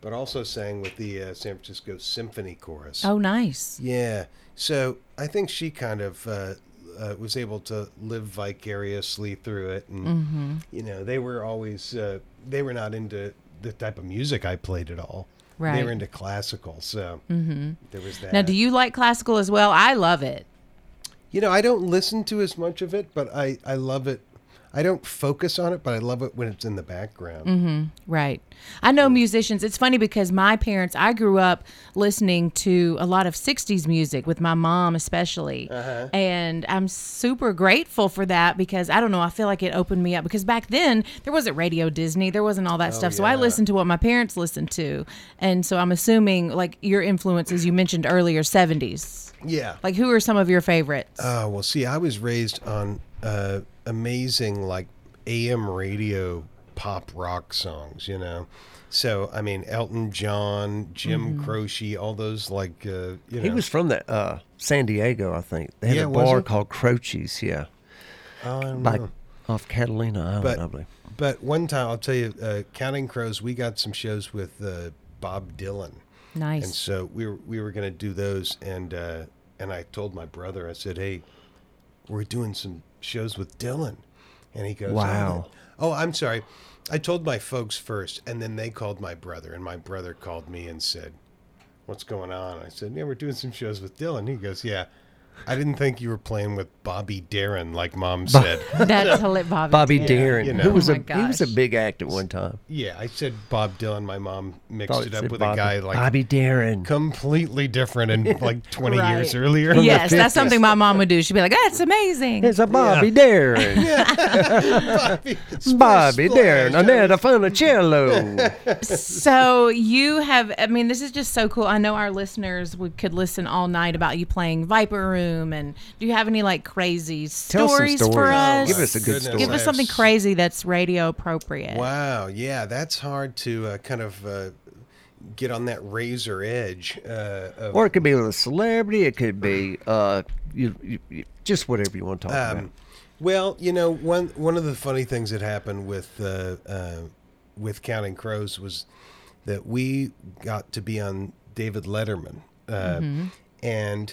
Speaker 3: but also sang with the uh, San Francisco Symphony Chorus.
Speaker 1: Oh, nice.
Speaker 3: Yeah. So I think she kind of uh, uh, was able to live vicariously through it, and
Speaker 1: Mm-hmm.
Speaker 3: you know they were always uh, they were not into the type of music I played at all. They
Speaker 1: Right. Mm-hmm.
Speaker 3: were into classical, so there was that.
Speaker 1: Now, do you like classical as well? I love it.
Speaker 3: You know, I don't listen to as much of it, but I I love it. I don't focus on it, but I love it when it's in the background.
Speaker 1: Mm-hmm. Right. I know musicians. It's funny because my parents, I grew up listening to a lot of 60s music with my mom, especially.
Speaker 3: Uh-huh.
Speaker 1: And I'm super grateful for that because I don't know, I feel like it opened me up because back then there wasn't Radio Disney, there wasn't all that stuff. So I
Speaker 3: Oh, yeah.
Speaker 1: listened to what my parents listened to. And so I'm assuming, like, your influences you mentioned earlier, 70s.
Speaker 3: Yeah.
Speaker 1: Like, who are some of your favorites?
Speaker 3: Oh well, see, I was raised on uh, amazing like AM radio pop rock songs, you know. So I mean, Elton John, Jim Croce, all those like uh, you know.
Speaker 5: Mm-hmm. He was from the uh, San Diego, I think. They had
Speaker 3: Yeah,
Speaker 5: a
Speaker 3: was
Speaker 5: bar
Speaker 3: he?
Speaker 5: called Croce's, yeah,
Speaker 3: I don't
Speaker 5: by
Speaker 3: know.
Speaker 5: off Catalina Island, I believe.
Speaker 3: but one time I'll tell you, uh, Counting Crows, we got some shows with uh, Bob Dylan. And
Speaker 1: nice.
Speaker 3: so we were, we were going to do those, and uh, and I told my brother, I said, "Hey, we're doing some shows with Dylan," and he goes, "Oh,
Speaker 5: Wow.
Speaker 3: Oh, I'm sorry. I told my folks first, and then they called my brother, and my brother called me and said, "What's going on?" I said, "Yeah, we're doing some shows with Dylan." He goes, "Yeah." I didn't think you were playing with Bobby Darin like mom said.
Speaker 1: That's a lit Bobby.
Speaker 5: Bobby
Speaker 1: Darin.
Speaker 5: Darin,
Speaker 3: you know.
Speaker 5: who was
Speaker 1: Oh
Speaker 5: a
Speaker 1: my
Speaker 5: he was a
Speaker 1: gosh.
Speaker 5: big act at one time.
Speaker 3: yeah, I said Bob Dylan. My mom mixed
Speaker 5: Thought
Speaker 3: it
Speaker 5: it
Speaker 3: up
Speaker 5: said
Speaker 3: with a
Speaker 5: Bobby-
Speaker 3: guy like
Speaker 5: Bobby Darin.
Speaker 3: completely different and like 20 years
Speaker 1: Right.
Speaker 3: earlier.
Speaker 1: Yes, that's something my mom would do. She'd be like, "That's amazing."
Speaker 5: It's a Bobby Darin.
Speaker 3: Bobby,
Speaker 5: Bobby
Speaker 3: Splash,
Speaker 5: Darin.
Speaker 3: Splash.
Speaker 5: Another Funicello.
Speaker 1: so you have i mean this is just so cool i know our listeners would could listen all night about you playing viper room and do you have any like crazy
Speaker 5: Tell some
Speaker 1: stories, for us
Speaker 5: Give us a good
Speaker 3: Goodness.
Speaker 5: story.
Speaker 1: Give us something crazy that's radio appropriate
Speaker 3: Wow, yeah, that's hard to uh, kind of uh, get on that razor edge. Uh, of,
Speaker 5: Or it could be with a celebrity. It could be uh, you, you, you, just whatever you want to talk about.
Speaker 3: um, well, you know, one one of the funny things that happened with uh, uh, with Counting Crows was that we got to be on David Letterman. Uh, And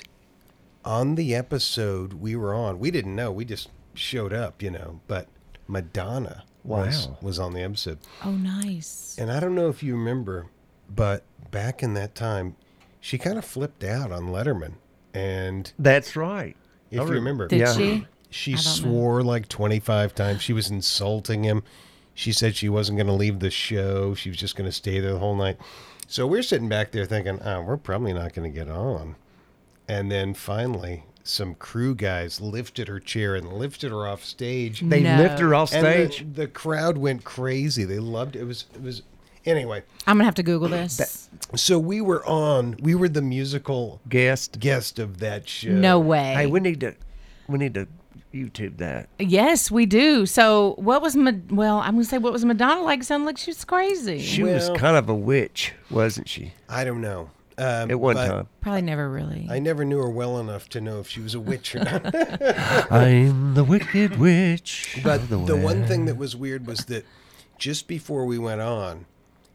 Speaker 3: on the episode we were on, we didn't know. We just showed up, you know. But Madonna was,
Speaker 10: Wow.
Speaker 3: was on the episode.
Speaker 1: Oh, nice.
Speaker 3: And I don't know if you remember, but back in that time, she kind of flipped out on Letterman. And
Speaker 5: That's right.
Speaker 3: if
Speaker 5: I
Speaker 3: you
Speaker 5: rem-
Speaker 3: remember,
Speaker 1: Did
Speaker 5: Yeah.
Speaker 1: she?
Speaker 3: she
Speaker 1: I don't know.
Speaker 3: swore like 25 times. She was insulting him. She said she wasn't going to leave the show. She was just going to stay there the whole night. So we're sitting back there thinking, oh, we're probably not going to get on. And then finally, some crew guys lifted her chair and lifted her off stage.
Speaker 5: They
Speaker 1: No.
Speaker 5: lift her off
Speaker 3: and the-
Speaker 5: stage.
Speaker 3: The, crowd went crazy. They loved it. It was, it was, anyway.
Speaker 1: I'm gonna have to Google this.
Speaker 3: So we were on, we were the musical
Speaker 5: guest.
Speaker 3: guest of that show.
Speaker 1: No way.
Speaker 5: Hey, we need to we need to YouTube that.
Speaker 1: yes, we do. So, what was Ma- well? I'm gonna say what was Madonna like? Sound like she's crazy.
Speaker 5: She was
Speaker 3: Well-
Speaker 5: kind of a witch, wasn't she?
Speaker 3: I don't know. Um,
Speaker 5: At one
Speaker 3: but-
Speaker 5: time.
Speaker 1: Probably never really.
Speaker 3: I never knew her well enough to know if she was a witch or not.
Speaker 5: I'm the wicked witch.
Speaker 3: But the one thing that was weird was that just before we went on,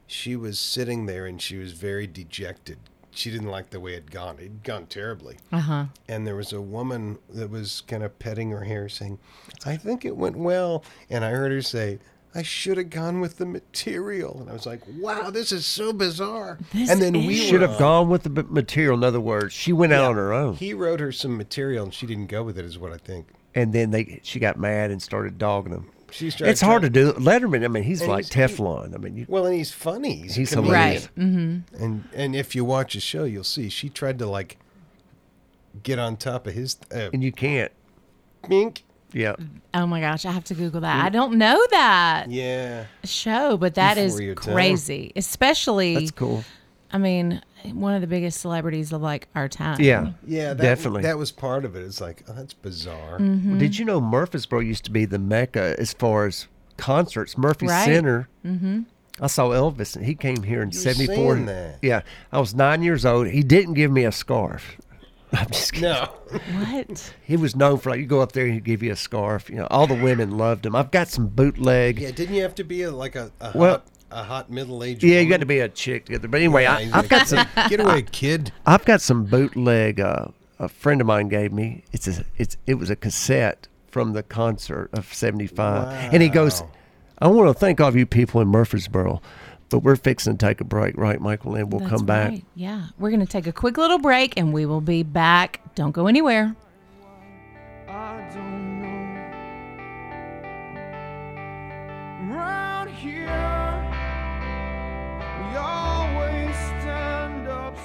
Speaker 3: she was sitting there and she was very dejected. She didn't like the way it had gone. It had gone terribly.
Speaker 1: Uh huh.
Speaker 3: And there was a woman that was kind of petting her hair, saying, I think it went well. And I heard her say, I should have gone with the material. And I was like, wow, this is so bizarre.
Speaker 1: This
Speaker 3: and then
Speaker 1: is-
Speaker 3: we
Speaker 5: should
Speaker 3: were
Speaker 5: have
Speaker 3: on.
Speaker 5: gone with the b- material. In other words, she went out on her own,
Speaker 3: He wrote her some material and she didn't go with it, is what I think.
Speaker 5: and then they she got mad and started dogging him.
Speaker 3: She started
Speaker 5: It's hard to
Speaker 3: talking-
Speaker 5: do. Letterman, I mean, he's
Speaker 3: And
Speaker 5: like
Speaker 3: he's-
Speaker 5: Teflon. I mean, you,
Speaker 3: Well, and he's funny. He's,
Speaker 5: He's
Speaker 3: a
Speaker 5: hilarious.
Speaker 3: comedian.
Speaker 1: Right. Mm-hmm.
Speaker 3: And and if you watch a show, you'll see she tried to like get on top of his uh,
Speaker 5: and you can't.
Speaker 3: mink.
Speaker 5: Yeah,
Speaker 1: Oh my gosh, I have to Google
Speaker 5: Mm.
Speaker 1: that. I don't know that
Speaker 3: Yeah,
Speaker 1: show, but that is
Speaker 3: Before your time.
Speaker 1: crazy. Especially,
Speaker 5: that's cool.
Speaker 1: I mean, one of the biggest celebrities of like our time.
Speaker 5: Yeah,
Speaker 3: yeah, that,
Speaker 5: definitely.
Speaker 3: That was part of it. It's like oh, that's bizarre.
Speaker 1: Mm-hmm.
Speaker 5: Did you know Murfreesboro used to be the mecca as far as concerts? Murphy
Speaker 1: Right.
Speaker 5: Center. Mm-hmm. I saw Elvis, and he came here in '74.
Speaker 3: saying that.
Speaker 5: Yeah, I was nine years old. He didn't give me a scarf. I'm just kidding.
Speaker 3: No,
Speaker 1: What?
Speaker 5: He was known for like you go up there, he'd give you a scarf. You know, all the women loved him. I've got some bootleg.
Speaker 3: yeah, didn't you have to be a, like a, a
Speaker 5: Well-
Speaker 3: hot, a hot middle aged?
Speaker 5: Yeah, you got to be a chick together. But anyway, I, I've got some.
Speaker 3: Get away, kid.
Speaker 5: I've got some bootleg. Uh, a friend of mine gave me. It's a. It's it was a cassette from the concert of '75, and he goes,
Speaker 3: Wow.
Speaker 5: "I want to thank all of you people in Murfreesboro, but we're fixing to take a break, right, Michael? And we'll
Speaker 1: That's
Speaker 5: come back."
Speaker 1: right. Yeah. We're going to take a quick little break and we will be back. Don't go anywhere.
Speaker 2: I don't know. Round here, we always stand up straight.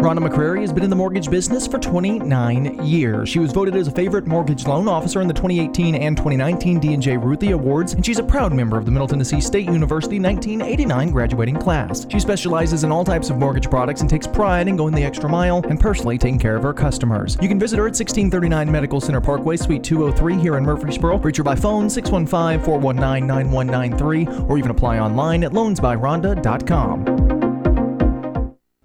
Speaker 10: Rhonda McCrary has been in the mortgage business for 29 years. She was voted as a favorite mortgage loan officer in the 2018 and 2019 D&J Ruthie Awards, and she's a proud member of the Middle Tennessee State University 1989 graduating class. She specializes in all types of mortgage products and takes pride in going the extra mile and personally taking care of her customers. You can visit her at 1639 Medical Center Parkway, Suite 203 here in Murfreesboro. Reach her by phone 615-419-9193 or even apply online at loansbyrhonda.com.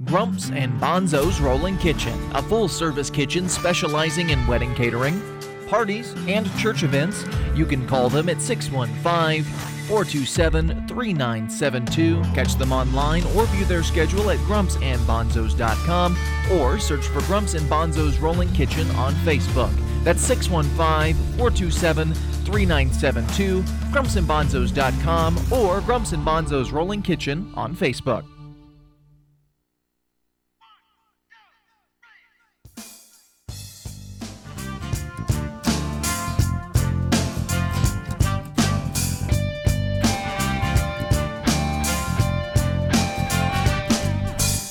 Speaker 8: Grumps and Bonzo's Rolling Kitchen, a full service kitchen specializing in wedding catering, parties, and church events. You can call them at 615 427 3972. Catch them online or view their schedule at grumpsandbonzos.com or search for Grumps and Bonzo's Rolling Kitchen on Facebook. That's 615 427 3972, grumpsandbonzos.com, or Grumps and Bonzos Rolling Kitchen on Facebook.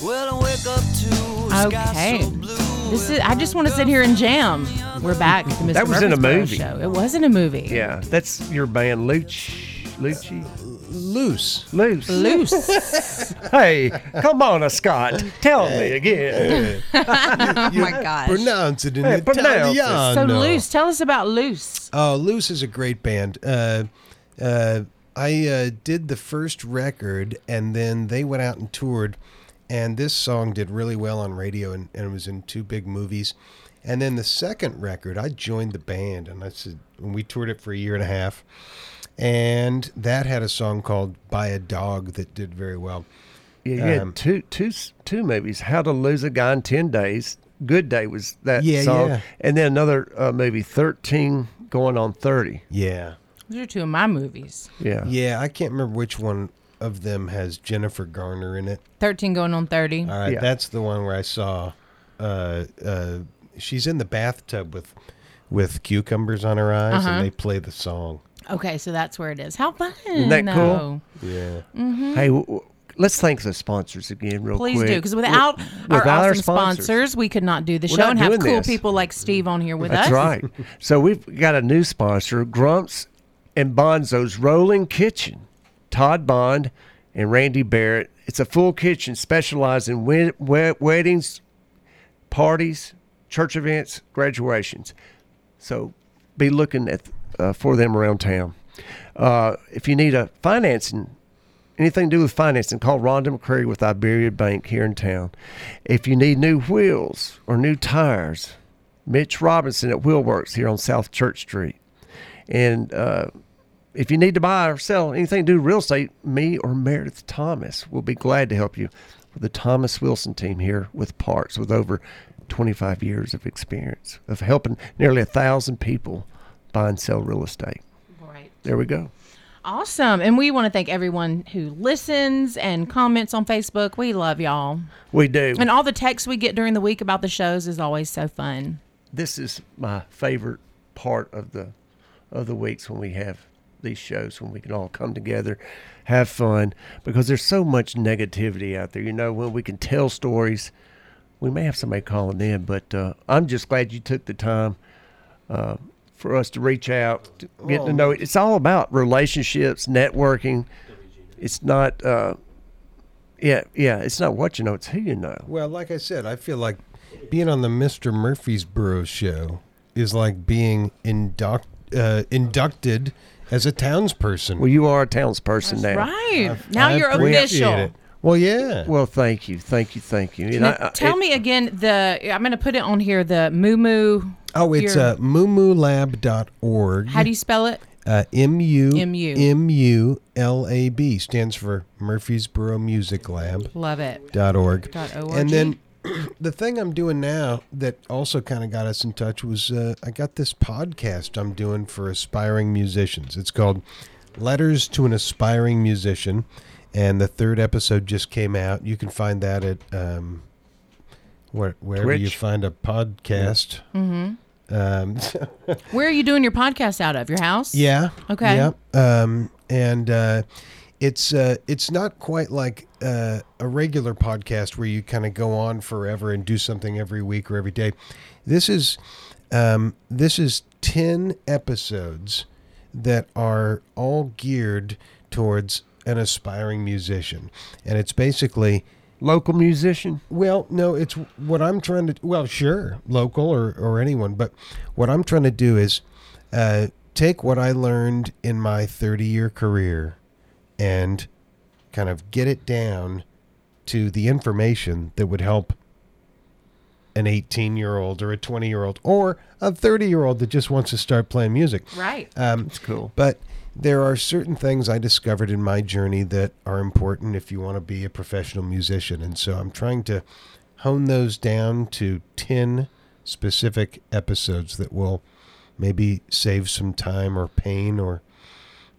Speaker 2: Well, I wake up to a sky
Speaker 1: Okay.
Speaker 2: so blue.
Speaker 1: This is. I just want to sit here and jam. We're back. At the Mr.
Speaker 5: That was in a
Speaker 1: Murfreesboro
Speaker 5: movie.
Speaker 1: Show. It wasn't a movie.
Speaker 5: Yeah, that's your band, Lucci. Lucci?
Speaker 3: Loose.
Speaker 5: Loose.
Speaker 1: Loose.
Speaker 5: Hey, come on, uh, Scott. Tell me again.
Speaker 1: oh my gosh.
Speaker 3: Pronounce it in
Speaker 5: Hey, pronounce it.
Speaker 3: Italiano.
Speaker 1: so loose. Tell us about loose.
Speaker 3: Oh, Loose is a great band. Uh, uh, I uh, did the first record, and then they went out and toured, and this song did really well on radio, and, and it was in two big movies. And then the second record, I joined the band, and I said, and we toured it for a year and a half, and that had a song called "By a Dog" that did very well.
Speaker 5: Yeah, you had
Speaker 3: Um,
Speaker 5: two, two, s- two movies. How to Lose a Guy in Ten Days. Good Day was that
Speaker 3: Yeah,
Speaker 5: song,
Speaker 3: yeah.
Speaker 5: and then another uh, movie, Thirteen Going on Thirty.
Speaker 3: Yeah,
Speaker 1: Those are two of my movies.
Speaker 5: Yeah,
Speaker 3: yeah, I can't remember which one of them has Jennifer Garner in it.
Speaker 1: Thirteen going on thirty.
Speaker 3: All right,
Speaker 5: Yeah.
Speaker 3: Uh, that's the one where I saw. Uh, uh, she's in the bathtub with with cucumbers on her eyes,
Speaker 1: Uh-huh.
Speaker 3: and they play the song.
Speaker 1: Okay, so that's where it is. How fun!
Speaker 5: that cool?
Speaker 1: though.
Speaker 3: Yeah,
Speaker 1: Mm.
Speaker 5: Hey, w- w- let's thank the sponsors again, real
Speaker 1: Please
Speaker 5: quick.
Speaker 1: do, because without, our
Speaker 5: without
Speaker 1: awesome
Speaker 5: our
Speaker 1: sponsors,
Speaker 5: sponsors.
Speaker 1: we could not do the
Speaker 5: We're
Speaker 1: show
Speaker 5: not
Speaker 1: and have
Speaker 5: doing
Speaker 1: cool
Speaker 5: this.
Speaker 1: people like Steve on here with
Speaker 5: That's
Speaker 1: us.
Speaker 5: right. So we've got a new sponsor, Grumps and Bonzo's Rolling Kitchen. Todd Bond and Randy Barrett. It's a full kitchen specialized in wed- wed- weddings, parties, church events, graduations. So be looking at uh, for them around town. Uh, if you need a financing anything to do with financing, call Rhonda McCreary with Iberia Bank here in town. If you need new wheels or new tires, Mitch Robinson at Wheelworks here on South Church Street. And uh, if you need to buy or sell anything to do with real estate, me or Meredith Thomas will be glad to help you with the Thomas Wilson team here with parts with over 25 years of experience of helping nearly a thousand people buy and sell real estate.
Speaker 1: Right.
Speaker 5: There we go.
Speaker 1: Awesome. And we want to thank everyone who listens and comments on Facebook. We love y'all.
Speaker 5: We do.
Speaker 1: And all the texts we get during the week about the shows is always so fun.
Speaker 5: this is my favorite part of the of the weeks when we have these shows when we can all come together have fun because there's so much negativity out there you know when we can tell stories we may have somebody calling in but uh, i'm just glad you took the time uh, for us to reach out to get to know it it's all about relationships networking it's not uh, yeah yeah it's not what you know it's who you know
Speaker 3: well, like I said, I feel like being on the Mister Murfreesboro show is like being induct, uh, inducted as a townsperson.
Speaker 5: well you are a townsperson now
Speaker 1: Right. Now
Speaker 3: I
Speaker 1: you're
Speaker 3: appreciate
Speaker 1: official.
Speaker 3: it. Well, yeah.
Speaker 5: Well, thank you, thank you, thank you. And
Speaker 1: Now,
Speaker 5: I- I-
Speaker 1: tell
Speaker 5: it-
Speaker 1: me again the I'm going to put it on here the moo moo.
Speaker 3: oh, it's
Speaker 1: your-
Speaker 3: uh, mumulab.org.
Speaker 1: How do you spell it?
Speaker 3: Uh, M-U,
Speaker 1: M.U..
Speaker 3: M-U-L-A-B stands for Murfreesboro Music Lab.
Speaker 1: Love it.
Speaker 3: dot org.
Speaker 1: Dot org.
Speaker 3: And then the thing I'm doing now that also kind of got us in touch was uh, I got this podcast I'm doing for aspiring musicians. It's called Letters to an Aspiring Musician, and the third episode just came out. You can find that at um, where, wherever you
Speaker 5: Twitch.
Speaker 3: find a podcast. Mm-hmm. Um,
Speaker 1: Where are you doing your podcast out of? Your house?
Speaker 3: Yeah.
Speaker 1: Okay.
Speaker 3: Yeah. Um, and uh, it's uh, it's not quite like uh, a regular podcast where you kind of go on forever and do something every week or every day. This is um, this is ten episodes that are all geared towards an aspiring musician, and it's basically.
Speaker 5: local musician.
Speaker 3: Well, no, it's what I'm trying to. Well, sure, local or or anyone, but what I'm trying to do is uh, take what I learned in my 30 year career and kind of get it down to the information that would help an 18 year old or a 20 year old or a 30 year old that just wants to start playing music.
Speaker 1: Right.
Speaker 3: Um,
Speaker 5: It's cool.
Speaker 3: but there are certain things I discovered in my journey that are important if you want to be a professional musician. And so I'm trying to hone those down to 10 specific episodes that will maybe save some time or pain or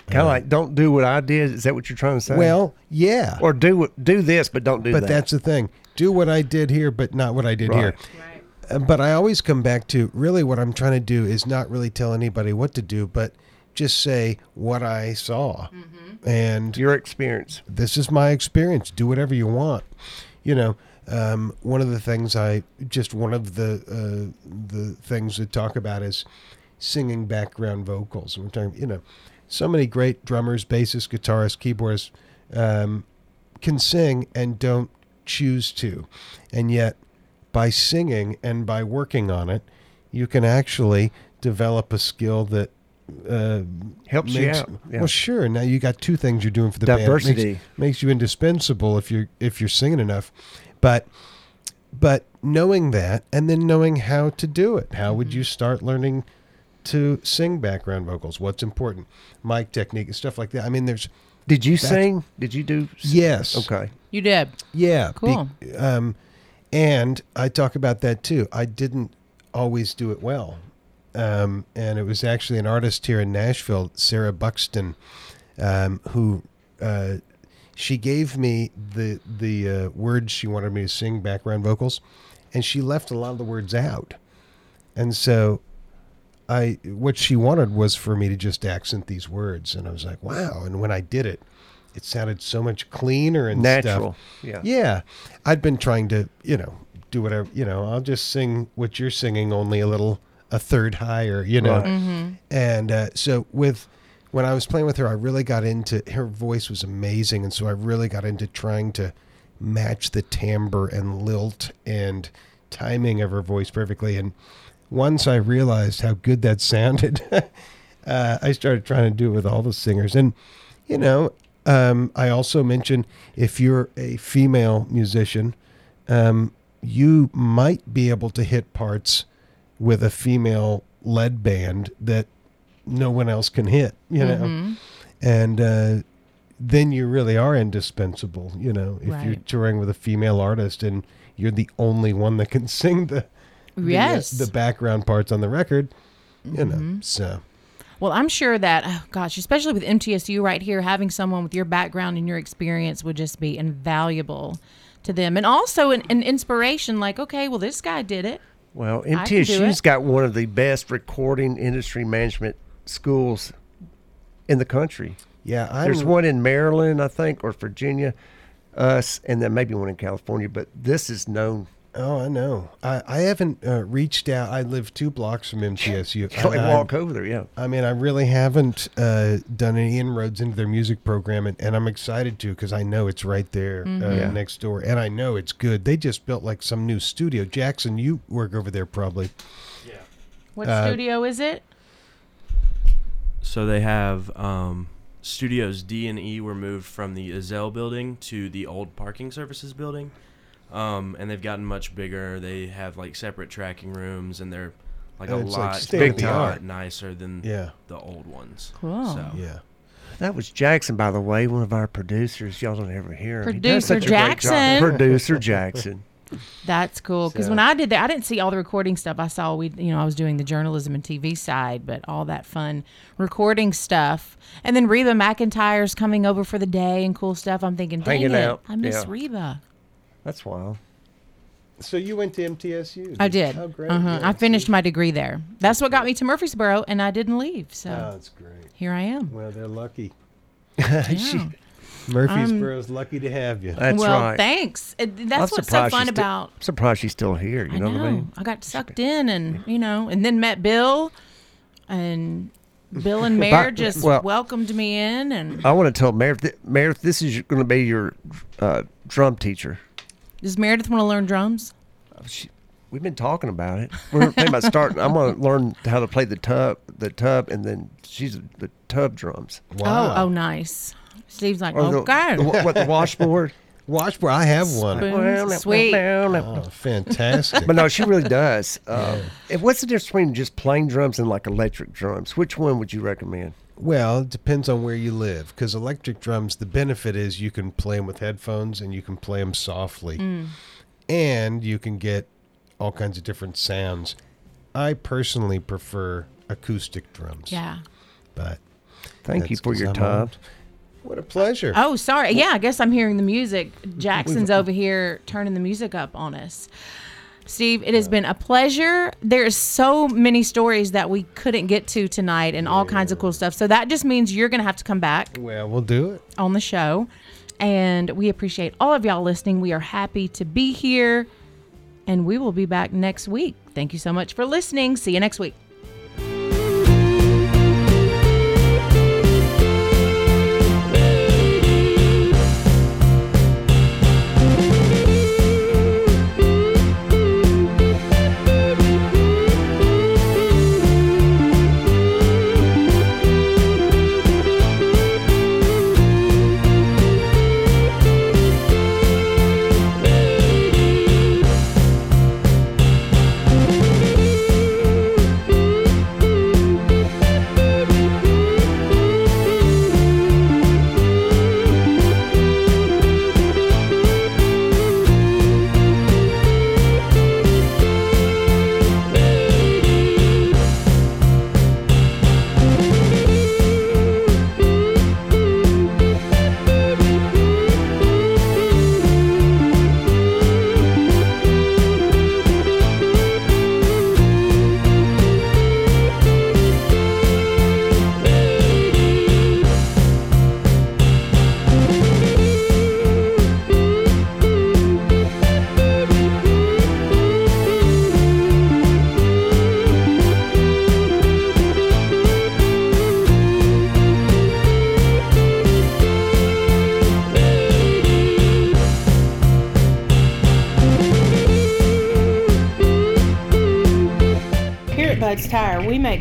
Speaker 5: Kind of like, don't do what I did. Is that what you're trying to say?
Speaker 3: well, yeah.
Speaker 5: or do what- do this, but don't do
Speaker 3: but
Speaker 5: that.
Speaker 3: that's the thing. Do what I did here, but not what I did here.
Speaker 5: Right.
Speaker 3: Uh, But I always come back to really what I'm trying to do is not really tell anybody what to do, but just say what I saw. And
Speaker 5: your experience.
Speaker 3: this is my experience. Do whatever you want. You know, um, one of the things I just one of the uh, the things that talk about is singing background vocals. We're talking, you know, so many great drummers, bassists, guitarists, keyboardists um, can sing and don't choose to, and yet by singing and by working on it, you can actually develop a skill that uh,
Speaker 5: Helps you
Speaker 3: makes-
Speaker 5: out. Yeah.
Speaker 3: Well, sure. Now you got two things you're doing for the band. It makes-
Speaker 5: Diversity.
Speaker 3: makes, you indispensable if you're if you're singing enough, but but knowing that and then knowing how to do it. How would
Speaker 5: Mm-hmm.
Speaker 3: you start learning to sing background vocals? What's important? Mic technique and stuff like that. I mean, there's
Speaker 5: Did you
Speaker 3: That's-
Speaker 5: sing? Did you do? s-
Speaker 3: yes,
Speaker 5: Okay.
Speaker 1: You did.
Speaker 3: yeah, be-
Speaker 1: Cool.
Speaker 3: um, and I talk about that too. I didn't always do it well, um, and it was actually an artist here in Nashville, Sarah Buxton, um, who uh, she gave me the the uh, words she wanted me to sing background vocals, and she left a lot of the words out, and so. I what she wanted was for me to just accent these words, and I was like, "Wow!" And when I did it, it sounded so much cleaner and stuff.
Speaker 5: Natural. Yeah.
Speaker 3: Yeah. I'd been trying to, you know, do whatever, you know, I'll just sing what you're singing only a little, a third higher, you know.
Speaker 5: Right.
Speaker 3: And uh, so with, when I was playing with her, I really got into, her voice was amazing. And so I really got into trying to match the timbre and lilt and timing of her voice perfectly. And once I realized how good that sounded, uh, I started trying to do it with all the singers. And, you know, um, I also mentioned if you're a female musician, um, you might be able to hit parts with a female lead band that no one else can hit, you know?
Speaker 1: Mm-hmm.
Speaker 3: And uh, then you really are indispensable, you know, if you're
Speaker 1: Right.
Speaker 3: touring with a female artist and you're the only one that can sing the the, uh,
Speaker 1: Yes. Mm-hmm.
Speaker 3: the, background parts on the record, you know. So
Speaker 1: Well, I'm sure that, oh gosh, especially with MTSU right here, having someone with your background and your experience would just be invaluable to them. And also an, an inspiration like, okay, well, this guy did it.
Speaker 5: Well,
Speaker 1: I can do
Speaker 5: MTSU's
Speaker 1: it.
Speaker 5: got one of the best recording industry management schools in the country.
Speaker 3: yeah, I'm
Speaker 5: There's one in Maryland, I think, or Virginia, us, and then maybe one in California. But this is known.
Speaker 3: Oh, I know. I, I haven't uh, reached out. I live two blocks from MTSU.
Speaker 5: You
Speaker 3: I,
Speaker 5: can walk over there. Yeah.
Speaker 3: I mean, I really haven't uh, done any inroads into their music program, and, and I'm excited to because I know it's right there uh,
Speaker 1: Mm-hmm.
Speaker 5: Yeah.
Speaker 3: next door, and I know it's good. They just built like some new studio. Jackson, you work over there probably.
Speaker 1: What
Speaker 5: Uh,
Speaker 1: studio is it?
Speaker 9: So they have um, studios D and E were moved from the Azelle building to the old parking services building, um, and they've gotten much bigger. They have like separate tracking rooms, and they're like
Speaker 3: And
Speaker 9: a
Speaker 3: it's, like,
Speaker 9: lot,
Speaker 3: state
Speaker 5: of the
Speaker 9: lot
Speaker 3: art.
Speaker 9: nicer than
Speaker 3: Yeah.
Speaker 9: the old ones.
Speaker 1: Cool.
Speaker 9: So
Speaker 3: Yeah.
Speaker 5: That was Jackson, by the way, one of our producers. Y'all don't ever hear him. He
Speaker 1: Producer
Speaker 5: does such a great job.
Speaker 1: Jackson.
Speaker 5: Producer Jackson.
Speaker 1: That's cool. Because when I did that, I didn't see all the recording stuff. I saw we, you know, I was doing the journalism and TV side, but all that fun recording stuff. And then Reba McIntyre's coming over for the day and cool stuff. I'm thinking, dang
Speaker 5: Hanging
Speaker 1: it,
Speaker 5: out.
Speaker 1: I miss
Speaker 5: Yeah.
Speaker 1: Reba.
Speaker 5: That's wild.
Speaker 3: So you went to MTSU?
Speaker 1: I did.
Speaker 3: How great!
Speaker 1: Uh-huh.
Speaker 3: Yeah,
Speaker 1: I finished my degree there. That's what got me to Murfreesboro, and I didn't leave. So
Speaker 3: Oh, that's great.
Speaker 1: here I am.
Speaker 3: Well, they're lucky.
Speaker 1: Yeah.
Speaker 3: Murfreesboro's
Speaker 1: Um,
Speaker 3: lucky to have you.
Speaker 5: That's
Speaker 1: well,
Speaker 5: right.
Speaker 1: thanks. It-
Speaker 5: I'm
Speaker 1: That's what's so
Speaker 5: surprised
Speaker 1: fun
Speaker 5: she's sti-
Speaker 1: about.
Speaker 5: surprised she's still here. You
Speaker 1: I
Speaker 5: know, what I mean?
Speaker 1: I got sucked in, and you know, and then met Bill, and Bill and Mayor
Speaker 5: But-
Speaker 1: just
Speaker 5: well-
Speaker 1: welcomed me in, and
Speaker 5: I want to tell Meredith, th- Meredith, this is going to be your uh, drum teacher.
Speaker 1: does Meredith want to learn drums?
Speaker 5: She, we've been talking about it. We're thinking about starting. I'm going to learn how to play the tub, the tub, and then she's the tub drums.
Speaker 1: Oh, oh, nice. Steve's like,
Speaker 5: Or the-
Speaker 1: okay,
Speaker 5: the, what the washboard?
Speaker 3: Washboard, I have one.
Speaker 1: Spoon, sweet.
Speaker 3: Oh, fantastic.
Speaker 5: But no, she really does. Um, and What's the difference between just plain drums and like electric drums? Which one would you recommend?
Speaker 3: Well, it depends on where you live because electric drums, the benefit is you can play them with headphones and you can play them softly. And you can get all kinds of different sounds. I personally prefer acoustic drums.
Speaker 1: Yeah.
Speaker 3: But
Speaker 5: Thank you
Speaker 3: that's
Speaker 5: for
Speaker 3: 'cause
Speaker 5: your
Speaker 3: I'm
Speaker 5: time.
Speaker 3: old. What a pleasure.
Speaker 1: Oh, sorry. Yeah, I guess I'm hearing the music. Jackson's over here turning the music up on us. Steve, it has been a pleasure. There's so many stories that we couldn't get to tonight and all kinds of cool stuff. So that just means you're going to have to come back
Speaker 3: Well, we'll do it.
Speaker 1: on the show. And we appreciate all of y'all listening. We are happy to be here. And we will be back next week. Thank you so much for listening. See you next week.
Speaker 11: Here at Bud's Tire, we make